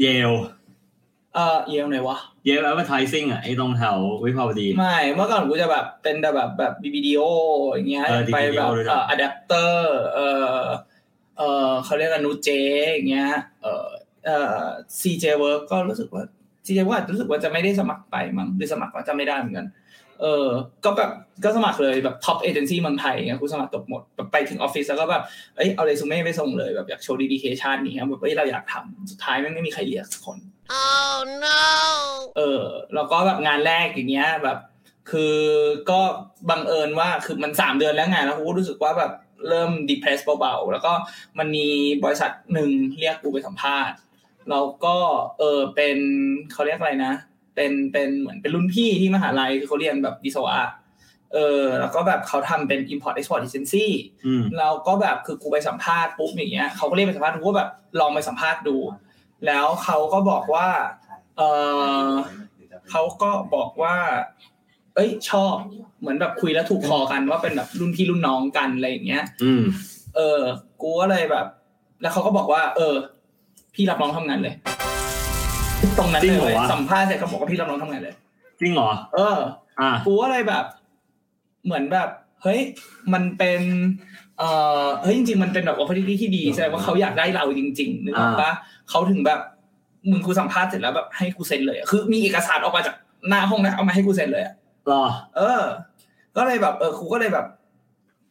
[SPEAKER 1] เยล
[SPEAKER 3] เออเอียงไหนวะ
[SPEAKER 1] เยลแอดเวอร์ทซิ่งอ่ะไอ้ตรงแถววิภาวดี
[SPEAKER 3] ไม่เมื่อก่อนกูจะแบบเป็นแต่แบบแบบบีบีดีโออย่างเงี้ย
[SPEAKER 1] เออ BBDO
[SPEAKER 3] ไปแบบ
[SPEAKER 1] ด้วยนะ
[SPEAKER 3] เอ่ออะแดปเตอร์เอ่อเอ่อเขาเรียกกันนูเจอย่างเงี้ยเอ่อเอ่อซีเจเวิร์กก็รู้สึกว่าซีเจว่ารู้สึกว่าจะไม่ได้สมัครไปมั้งหรือสมัครก็จะไม่ได้เหมือนกัน เออ ก็แบบก็สมัครเลยแบบท็อปเอเจนซี่เมืองไทยเงี้ยกูสมัครจบหมดแบบไปถึงออฟฟิศแล้วก็แบบเอ้ยเอาเรซูเม่ไปส่งเลยแบบอยากโชว์ดีดีเคชันนี้ยแบบเอ้ยเราอยากทำสุดท้ายแม่งไม่มีใครเรียกสักคน
[SPEAKER 6] Oh no!
[SPEAKER 3] เออแล้วก็แบบงานแรกอย่างเงี้ยแบบ คือก็บังเอิญว่าคือมันสามเดือนแล้วไงานแล้วกูก็รู้สึกว่าแบบเริ่ม depressed เบาๆ แล้วก็มันมีบริษัทหนึ่งเรียกกูไปสัมภาษณ์แล้วก็เออเป็นเขาเรียกอะไรนะ เป็นเป็นเหมือนเป็นรุ่นพี่ที่มหาลัยคือเขาเรียนแบบวิศวะเออแล้วก็แบบเขาทำเป็น import export agency
[SPEAKER 1] อืม
[SPEAKER 3] เราก็แบบคือกูไปสัมภาษณ์ปุ๊บอย่างเงี้ยเขาก็เรียกไปสัมภาษณ์กูก็แบบลองไปสัมภาษณ์ดู แล้วเขาก็บอกว่า เออเขาก็บอกว่า เอ้ย ชอบเหมือนแบบคุยแล้วถูกคอกันว่าเป็นแบบรุ่นพี่รุ่นน้องกันอะไรอย่างเงี้ย
[SPEAKER 1] อืม
[SPEAKER 3] เออ กูก็เลยแบบ แล้วเขาก็บอกว่า เออ พี่รับน้องทำงานเลย ตรงนั้น
[SPEAKER 1] จริ
[SPEAKER 3] เล
[SPEAKER 1] ง
[SPEAKER 3] ย
[SPEAKER 1] เหร
[SPEAKER 3] เว้ยว
[SPEAKER 1] อะ
[SPEAKER 3] สัมภาษณ์เสร็จเขาบอกว่าพี่รับน้องทำงานเลย
[SPEAKER 1] จริงเหรอ
[SPEAKER 3] เออ
[SPEAKER 1] อ่ะ
[SPEAKER 3] กูก็เลยแบบ เหมือนแบบ เฮ้ย มันเป็น เอ่อเฮ้ยจริงๆ มันเป็นแบบโอกาสที่ดีแสดงว่าเขาอยากได้เราจริงๆนึกออกปะเขาถึงแบบมึงกูสัมภาษณ์เสร็จแล้วแบบให้กูเซ็นเลยอะคือ มีเอกสารออกมาจากหน้าห้องนะเอามาให้กูเซ็นเลยอะ
[SPEAKER 1] รอ
[SPEAKER 3] เออ ก็เลยแบบ เออกูก็เลยแบบ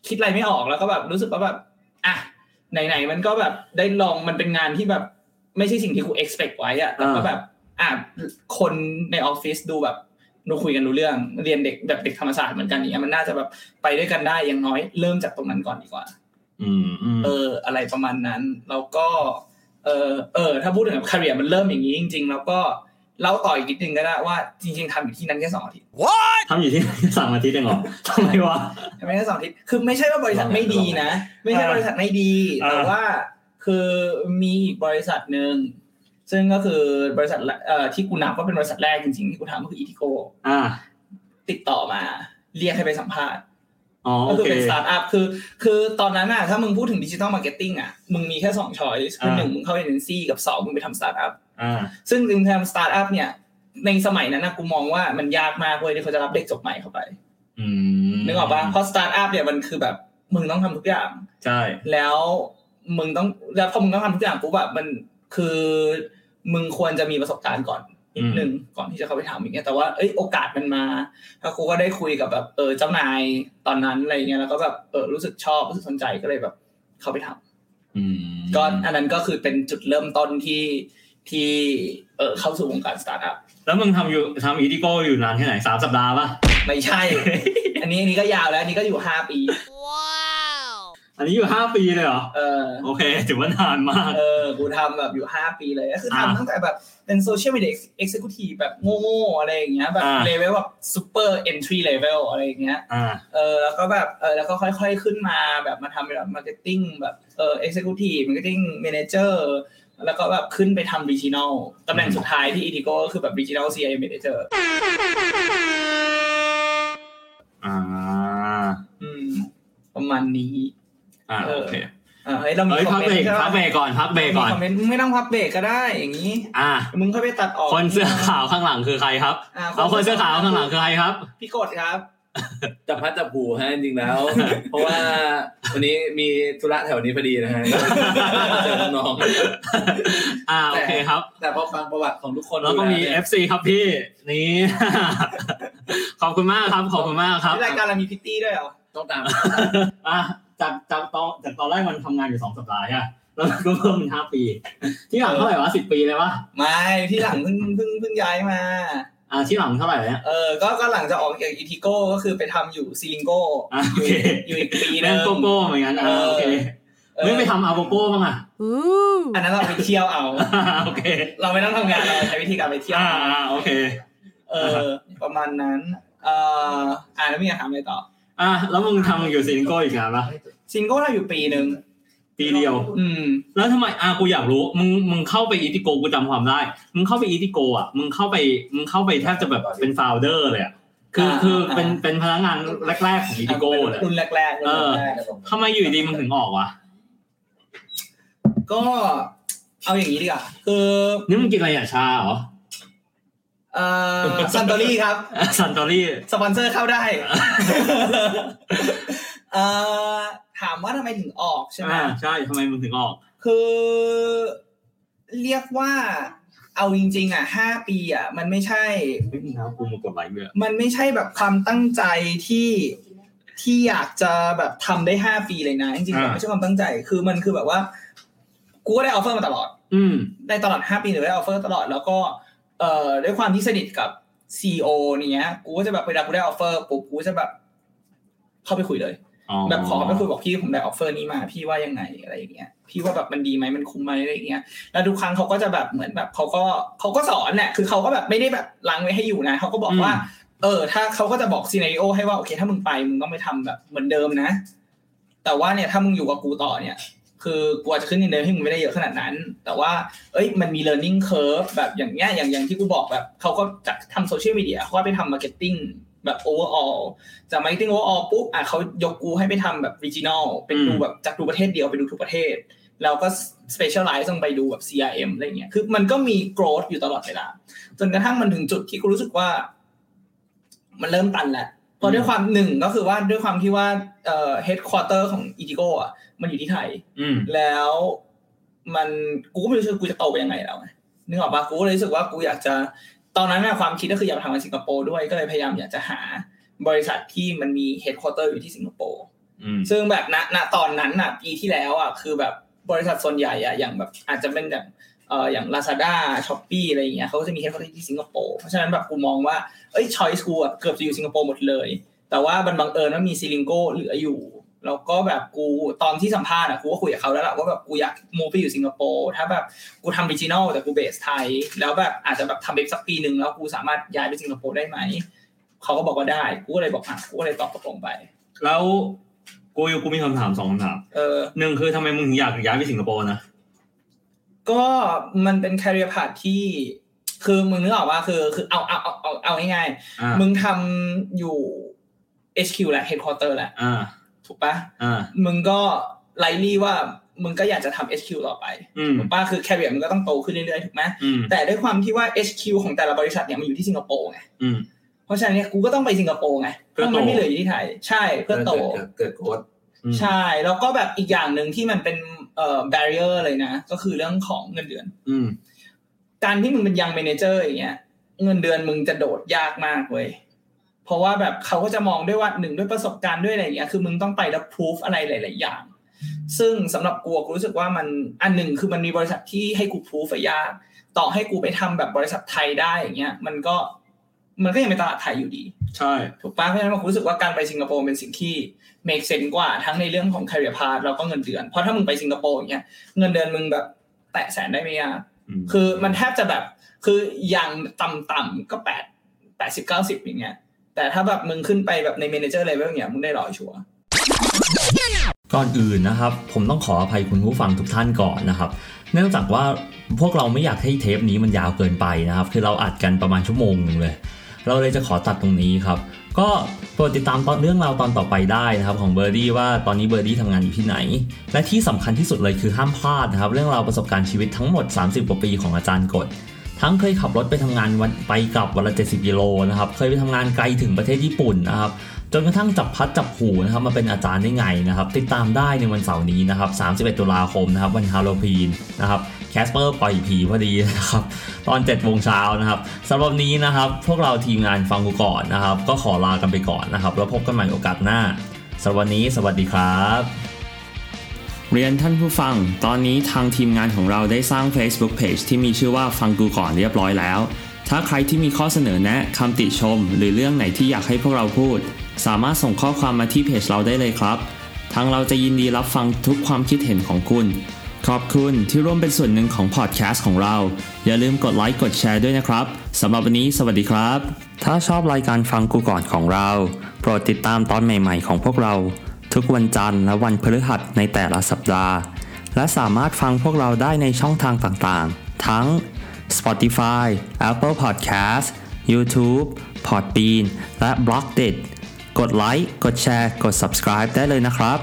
[SPEAKER 3] คิดอะไรไม่ออกแล้วก็แบบรู้สึกว่าแบบอ่ะไหนๆมันก็แบบได้ลองมันเป็นงานที่แบบ ไม่ใช่สิ่งที่กู expect ไว้อะแต่ก็แบบ อ่ะคนในออฟฟิศดูแบบดูคุยกันรู้เรื่อง เรียนเด็กแบบเด็กธรรมศาสตร์เหมือนกันอย่างเนี้ยมันน่าจะแบบไปด้วยกันได้อย่างน้อยเริ่มจากตรงนั้นก่อนดีกว่า
[SPEAKER 1] อืมอืม
[SPEAKER 3] เออ อะไรประมาณนั้น แล้วก็ เออเออ ถ้าพูดถึงแบบคาเรียมันเริ่มอย่างนี้จริง ๆ แล้วก็ เล่าต่ออีกนิดนึงก็ได้ว่าจริง ๆทำอยู่ที่นั้นแค่สองอาทิตย์
[SPEAKER 1] ทำอยู่ ที่สามอาทิตย์เองเหรอทำไมวะ
[SPEAKER 3] ไม่ใช่สองอาทิตย์คือไม่ใช่ว่าบริษัทไม่ดีนะ ไม่ใช่บริษัทไม่ดี
[SPEAKER 1] อ่า
[SPEAKER 3] แต่ว่าคือมีอีกบริษัทหนึ่งซึ่งก็คือบริษัทละเอ่อที่กูนับว่าเป็นบริษัทแรกจริงๆที่กูทำก็คืออีทิโก
[SPEAKER 1] อ่า
[SPEAKER 3] ติดต่อมา เรียกให้ไปสัมภาษณ์
[SPEAKER 1] อ๋อโอ
[SPEAKER 3] ก็คือ
[SPEAKER 1] เค
[SPEAKER 3] เป็นสตาร์ทอัพคือคือตอนนั้นน่ะถ้ามึงพูดถึงดิจิ t a ลมาร์เก็ตติ้งอ่ะมึงมีแค่สองช้อยส์คือ
[SPEAKER 1] อ่า
[SPEAKER 3] หนึ่งมึงเข้าเอเจนซี่กับสองมึงไปทำสตาร์ทอัพ
[SPEAKER 1] อ่า
[SPEAKER 3] ซึ่งจริงๆทำสตาร์ทอัพเนี่ย ในสมัยนั้นนะกูมองว่ามันยากมากเว้ยที่เขาจะรับเด็กจบใหม่เข้าไป
[SPEAKER 1] อืม
[SPEAKER 3] นึกออกปะเพราะสตาร์ทอัพเนี่ยมันคือแบบมึงต้องทำทุกอย่าง
[SPEAKER 1] ใช่
[SPEAKER 3] แล้วมึงต้องแล้วพอมึงต้องทำทุกอย่างปุ๊บแบบมันคือมึงควรจะมีประสบการณ์ก่อนนิดนึงก่อนที่จะเข้าไปทำอย่างเงี้ยแต่ว่าเอ้ยโอกาสมันมาแล้วกูก็ได้คุยกับแบบเออเจ้านายตอนนั้นอะไรเงี้ยแล้วก็แบบเออรู้สึกชอบรู้สึกสนใจก็เลยแบบ เข้าไปทำ
[SPEAKER 1] อืม
[SPEAKER 3] ก็อันนั้นก็คือเป็นจุดเริ่มต้นที่ที่เออเข้าสู่วงการสตาร์ทอัพ
[SPEAKER 1] แล้วมึงทำอยู่ทำอีดิโก้อยู่นานแค่ไหนสามสัปดาห์ปะ
[SPEAKER 3] ไม่ใช่ อันนี้อันนี้ก็ยาวแล้วอันนี้ก็อยู่ห้าปี
[SPEAKER 6] Wow.
[SPEAKER 1] อันนี้อยู่ห้าปีเลยเหรอ
[SPEAKER 3] เออ
[SPEAKER 1] โอเคถือว่านานมาก
[SPEAKER 3] เออ กูทำแบบอยู่ 5 ปีเลย ก็คือ
[SPEAKER 1] อ่า
[SPEAKER 3] ทำตั้งแต่แบบเป็นโซเชียลมีเดียเอ็กซ์คิวทีแบบโง่ๆอะไรอย่างเงี้ย แบบ
[SPEAKER 1] อ่า
[SPEAKER 3] เลเวลแบบซูเปอร์เอนทรีเลเวลอะไรอย่างเงี้ย
[SPEAKER 1] อ่า
[SPEAKER 3] เออ แล้วก็แบบ เออ แล้วก็ค่อยๆขึ้นมาแบบมาทำเป็นแบบมาร์เก็ตติ้งแบบเออเอ็กซ์คิวทีฟมาร์เก็ตติ้งเมนเจอร์แล้วก็แบบขึ้นไปทำ r ี g i น a ลตำแหน่งสุดท้ายที่อีดิโก็คือแบบ r ี g i น a ล CI Manager
[SPEAKER 1] อ่า
[SPEAKER 3] อืม ประมาณนี้
[SPEAKER 1] อ่า
[SPEAKER 3] เออ
[SPEAKER 1] โอเค
[SPEAKER 3] อ่าเฮ้ยเรามี
[SPEAKER 1] เฮ้ย
[SPEAKER 3] คอ
[SPEAKER 1] พั
[SPEAKER 3] ม
[SPEAKER 1] ก
[SPEAKER 3] เม
[SPEAKER 1] เบร
[SPEAKER 3] น
[SPEAKER 1] ก
[SPEAKER 3] ต์ใช่
[SPEAKER 1] พั
[SPEAKER 3] ปะ
[SPEAKER 1] กเบรกก่อนพักเบรกก่อน
[SPEAKER 3] มีคอมเมนต์ไม่ต้องพับเบรกก็ได้อย่างนี้
[SPEAKER 1] อ่า
[SPEAKER 3] มึงค่อยไปตัดออก
[SPEAKER 1] คนเสื้อขาวข้างหลังคือใครครับ
[SPEAKER 3] อ่า
[SPEAKER 1] เอาคนเสื้อขาวข้างหลังคือใครครับ
[SPEAKER 3] พี่กดครับ
[SPEAKER 4] จะพัดจะผูฮะจริง ๆแล้ว เพราะว่าวันนี้มีธุระแถวนี้พอดีนะฮะ เจอน้อง
[SPEAKER 1] อ่าโอเคครับ
[SPEAKER 4] ๆแต่พอฟังประวัติของทุกคน
[SPEAKER 1] แล้วก็มี
[SPEAKER 4] ดูเนี่ย
[SPEAKER 1] FC ครับพี่ นี่ ขอบคุณมากครับ ขอบคุณมากครับ
[SPEAKER 3] นี่รายการเรามีพิตตี้ด้วยเหรอ
[SPEAKER 4] ต้องตาม
[SPEAKER 1] อ่ะจากจากตอนจากตอนแรกมันทำงานอยู่สองสัปดาห์ใช่ปะแล้วมันก็เพิ่มเป็นห้าปี ที่หลังเท่าไหร่วะสิบปีเลยวะ
[SPEAKER 3] ไม่ที่หลังเพิ่งเพิ่งเพิ่งย้ายมา
[SPEAKER 1] อ่าที่หลังเท่าไหร่เนี่ย
[SPEAKER 3] เออ ก็ก็หลังจะออกจากอีทิโก้ก็คือไปทำอยู่ซีลิงโก้
[SPEAKER 1] อ่ะโอเค
[SPEAKER 3] อยู่อีกปีนึ
[SPEAKER 1] แม่
[SPEAKER 3] ง
[SPEAKER 1] งโกโก้เหมือนกันอ่าโอเค
[SPEAKER 3] เออ
[SPEAKER 1] ไม่ไปทำอาโกโก้บ้างอ่ะ
[SPEAKER 3] อันนั้นเราไปเที่ยวเอา
[SPEAKER 1] โอเค
[SPEAKER 3] เราไม่ต้องทำงานเราใช้วิธีการไปเที่ยว
[SPEAKER 1] อ่า
[SPEAKER 3] เอา
[SPEAKER 1] อ่าโอเค
[SPEAKER 3] เออ ประมาณนั้น เอออ่าแล้วมีคำถามอะไรต่อ
[SPEAKER 1] อ่ะแล้วมึงทำอยู่ซิงโก้อีกงานปะ
[SPEAKER 3] ซิงโก้เราอยู่ปีหนึ่ง
[SPEAKER 1] ปีเดียว
[SPEAKER 3] อืม
[SPEAKER 1] แล้วทำไมอ่ะกูอยากรู้ มึงมึงเข้าไปอีติโกกูจำความได้ มึงเข้าไปอีติโกอ่ะ มึงเข้าไปมึงเข้าไปแทบจะแบบเป็นโฟลเดอร์เลยอ่ะ คือ
[SPEAKER 3] อ่า
[SPEAKER 1] คือ
[SPEAKER 3] อ่า
[SPEAKER 1] เป็นเป็นพนักงานแรกๆของอีติโกเลย
[SPEAKER 3] รุ่นแรกๆรุ่นแรก
[SPEAKER 1] ทำไมอยู่ดีมึงถึงออกวะ
[SPEAKER 3] ๆก็เอาอย่างนี้ดีกว่าคือ
[SPEAKER 1] นี่มึงกินอะไรอ่ะชาเหรอ
[SPEAKER 3] เออซันตอรี่ครับ
[SPEAKER 1] ซันตอรี่
[SPEAKER 3] สปอนเซอร์เข้าได้ เอ่อถามว่าทำไมถึงออกใช่ไหม
[SPEAKER 1] อ่าใช่ทำไมมึงถึงออก
[SPEAKER 3] คือ เรียกว่าเอาจริง ๆ อ่ะห้าปีอ่ะ มันไม่ใช่
[SPEAKER 1] ไม่มีนะกูมากดไลค์เลย
[SPEAKER 3] มันไม่ใช่แบบความตั้งใจที่ที่อยากจะแบบทำได้ห้าปีเลยนะ จริงๆมันไม่ใช่ความตั้งใจ คือมันคือแบบว่า กูก็ได้ออฟเฟอร์มาตลอด
[SPEAKER 1] อืม
[SPEAKER 3] ได้ตลอด 5 ปีหรือได้ออฟเฟอร์ตลอดแล้วก็เอ่อด้วยความที่สนิทกับซีอเนี้ยกูก็จะแบบเวลากูได้ออฟเฟอร์ปุ๊บกูจะแบบ เข้าไปคุยเลย
[SPEAKER 1] อ๋อ
[SPEAKER 3] แบบขอไปคุยบอกพี่ผมได้ออฟเฟอร์นี้มา พี่ว่ายังไงอะไรอย่างเงี้ยพี่ว่าแบบมันดีไหมมันคุ้มไหมอะไรอย่างเงี้ยแล้วทุกครั้งเขาก็จะแบบเหมือนแบบเขาก็เขาก็สอนแหละคือเขาก็แบบไม่ได้แบบล้างไว้ให้อยู่นะเขาก็บอกว่า เออ ถ้าเขาก็จะบอกซีนารีโอให้ว่าโอเค ถ้ามึงไปมึงต้องไปทำแบบเหมือนเดิมนะ แต่ว่าเนี่ยถ้ามึงอยู่กับกูต่อเนี่ย คือกลัวจะขึ้นเงินเดือนให้มึงไม่ได้เยอะขนาดนั้น แต่ว่า เอ้ย มันมี learning curve แบบอย่างเงี้ย อย่างอย่างที่กูบอกแบบเขาก็จะทำโซเชียลมีเดียเขาก็ไปทำ marketing แบบ overall จาก marketing overall ปุ๊บ อ่ะเขายกกูให้ไปทำแบบ regional เป็นดูแบบจากดูประเทศเดียวไปดูทุกประเทศ แล้วก็ specialize ลงไปดูแบบ CRM อะไรเงี้ย คือมันก็มี growth อยู่ตลอดเวลา จนกระทั่งมันถึงจุดที่กูรู้สึกว่า มันเริ่มตันแหละเพราะด้วยความหนึ่งก็คือว่าด้วยความที่ว่าเอ่อ headquarter ของ Itigo อ่ะ มันอยู่ที่ไทย
[SPEAKER 1] อืม
[SPEAKER 3] แล้วมันกูก็ไม่รู้สึกกูจะโตไปยังไงแล้วไงนึกออกปะกูก็เลยรู้สึกว่ากูอยากจะตอนนั้นนะความคิดก็คืออยากไปทำงานสิงคโปร์ด้วยก็เลยพยายามอยากจะหาบริษัทที่มันมีเฮดคอร์เตอร์อยู่ที่สิงคโปร์
[SPEAKER 1] อืม
[SPEAKER 3] ซึ่งแบบณณตอนนั้นน่ะปีที่แล้วอ่ะคือแบบบริษัทส่วนใหญ่อ่ะอย่างแบบอาจจะเป็นแบบเอ่ออย่าง Lazada s h o p ป e อะไรอย่างเงี้ยเขาก็จะมีเฮดคอร์เตอร์ที่สิงคโปร์เพราะฉะนั้นแบบกูมองว่าเอ้ยชอยส์กูอ่ะเกือบจะอยู่สิงคโปร์หมดเลย แต่ว่ามันบังเอิญว่ามีซิลิงโกเหลืออยู่ แล้วก็แบบกูตอนที่สัมภาษณ์อะกูก็คุยกับเขาแล้วแหละว่าแบบกูอยากมูฟไปอยู่สิงคโปร์ถ้าแบบกูทำดิจิทัลแต่กูเบสไทย แล้วแบบอาจจะแบบทำเว็บสักปีหนึ่งแล้วกูสามารถย้ายไปสิงคโปร์ได้ไหมเขาก็บอกว่าได้กูก็เลยบอกอ่ะกูก็เลยตอบตกลงไป
[SPEAKER 1] แล้วกูกูมีคำถามสองคำถาม
[SPEAKER 3] เออ
[SPEAKER 1] หนึ่งคือทำไมมึงถึงอยากย้ายไปสิงคโปร์นะ
[SPEAKER 3] ก็มันเป็น career path ที่ คือมึงนึกออกว่าคือคือเอาเอาเอาเอาเอาง่าย
[SPEAKER 1] อ่า
[SPEAKER 3] ๆมึงทำอยู่ HQ แหละ headquarter แหละ
[SPEAKER 1] อ่า
[SPEAKER 3] ถูกปะ
[SPEAKER 1] อ่า
[SPEAKER 3] มึงก็ไลลี่ว่ามึงก็อยากจะทำ HQ ต่อไป
[SPEAKER 1] อืม
[SPEAKER 3] ถูกปะคือ career มึงก็ต้องโตขึ้นเรื่อยๆ ถูกไหม
[SPEAKER 1] อืม
[SPEAKER 3] แต่ด้วยความที่ว่า HQ ของแต่ละบริษัทเนี่ยมันอยู่ที่สิงคโปร์ไง
[SPEAKER 1] อืม
[SPEAKER 3] เพราะฉะนั้นเนี่ยกูก็ต้องไปสิงคโปร์ไง
[SPEAKER 1] เพื่
[SPEAKER 3] เพราะ
[SPEAKER 1] อโต
[SPEAKER 3] มันไม่เหลืออยู่ที่ไทย ใช่เพื่อโต
[SPEAKER 4] เกิดเกิดโค้ด
[SPEAKER 1] อืม
[SPEAKER 3] ใช่ แล้วก็แบบอีกอย่างหนึ่งที่มันเป็นเอ่อ barrier เลยนะ ก็คือเรื่องของเงินเดือน
[SPEAKER 1] อืม
[SPEAKER 3] การที่มึงเป็นยังเมเนเจอร์อย่างเงี้ยเงินเดือนมึงจะโดดยากมากเว้ยเพราะว่าแบบเขาก็จะมองด้วยว่าหนึ่งด้วยประสบการณ์ด้วยอะไรอย่างเงี้ยคือมึงต้องไปรับพ o ูฟอะไรหลาย ๆ อย่าง ซึ่งสำหรับกูอะกูรู้สึกว่ามันอันหนึ่งคือมันมีบริษัทที่ให้กูพ o ูฟยาก ต่อให้กูไปทำแบบบริษัทไทยได้อย่างเงี้ยมันก็มันก็ยังเป็นตลาดไทยอยู่ดี
[SPEAKER 1] ใช่
[SPEAKER 3] ถูกปะเพราะฉะนั้นผมรู้สึกว่าการไปสิงคโปร์เป็นสิ่งที่ make sense กว่าทั้งในเรื่องของ career path แล้วก็เงินเดือน เพราะถ้ามึงไปสิงคโปร์อย่างเงี้ยเงินเดือนมึงแบบแตะแสนได้ไม่ยาก
[SPEAKER 1] อืม
[SPEAKER 3] คือมันแทบจะแบบคืออย่างต่ำๆก็แปดแปดสิบเก้าสิบอย่างเงี้ยแต่ถ้าแบบมึงขึ้นไปแบบในเมนเจอร์เลเวลเงี้ยมึงได้ร้อยชัวร์
[SPEAKER 1] ก่อนอื่นนะครับ ผมต้องขออภัยคุณผู้ฟังทุกท่านก่อนนะครับ เนื่องจากว่าพวกเราไม่อยากให้เทปนี้มันยาวเกินไปนะครับ คือเราอัดกันประมาณชั่วโมงหนึ่งเลย เราเลยจะขอตัดตรงนี้ครับ ก็โปรดติดตามตอนเรื่องราวตอนต่อไปได้นะครับ ของเบอร์ดี้ว่าตอนนี้เบอร์ดี้ทำงานอยู่ที่ไหน และที่สำคัญที่สุดเลยคือห้ามพลาดนะครับ เรื่องราวประสบการณ์ชีวิตทั้งหมด 30 กว่าปีของอาจารย์กฎทั้งเคยขับรถไปทำงานวันไปกลับวันละ 70กิโลนะครับเคยไปทำงานไกลถึงประเทศญี่ปุ่นนะครับจนกระทั่งจับพัดจับผูนะครับมาเป็นอาจารย์ได้ไงนะครับ ติดตามได้ในวันเสาร์นี้นะครับ31 ตุลาคมนะครับวันฮาโลวีนนะครับแคสเปอร์ปล่อยผีพอดีนะครับ ตอน7จ็ดโมงเช้านะครับสำหรับนี้นะครับ พวกเราทีมงานฟังกูก่อนนะครับ ก็ขอลากันไปก่อนนะครับ แล้วพบกันใหม่โอกาสหน้าสำหรับวันนี้สวัสดีครับ เรียนท่านผู้ฟัง ตอนนี้ทางทีมงานของเราได้สร้าง Facebook Page ที่มีชื่อว่าฟังกูก่อนเรียบร้อยแล้ว ถ้าใครที่มีข้อเสนอแนะคำติชม หรือเรื่องไหนที่อยากให้พวกเราพูด สามารถส่งข้อความมาที่เพจเราได้เลยครับ ทางเราจะยินดีรับฟังทุกความคิดเห็นของคุณ ขอบคุณที่ร่วมเป็นส่วนหนึ่งของพอดแคสต์ของเรา อย่าลืมกดไลค์กดแชร์ด้วยนะครับสำหรับวันนี้สวัสดีครับ ถ้าชอบรายการฟังกูก่อนของเรา โปรดติดตามตอนใหม่ ๆ ของพวกเรา ทุกวันจันทร์และวันพฤหัสในแต่ละสัปดาห์ และสามารถฟังพวกเราได้ในช่องทางต่างๆ ทั้ง Spotify, Apple Podcast, YouTube, Podbean และ b l o c k d i t กดไลค์กดแชร์ กด subscribe ได้เลยนะครับ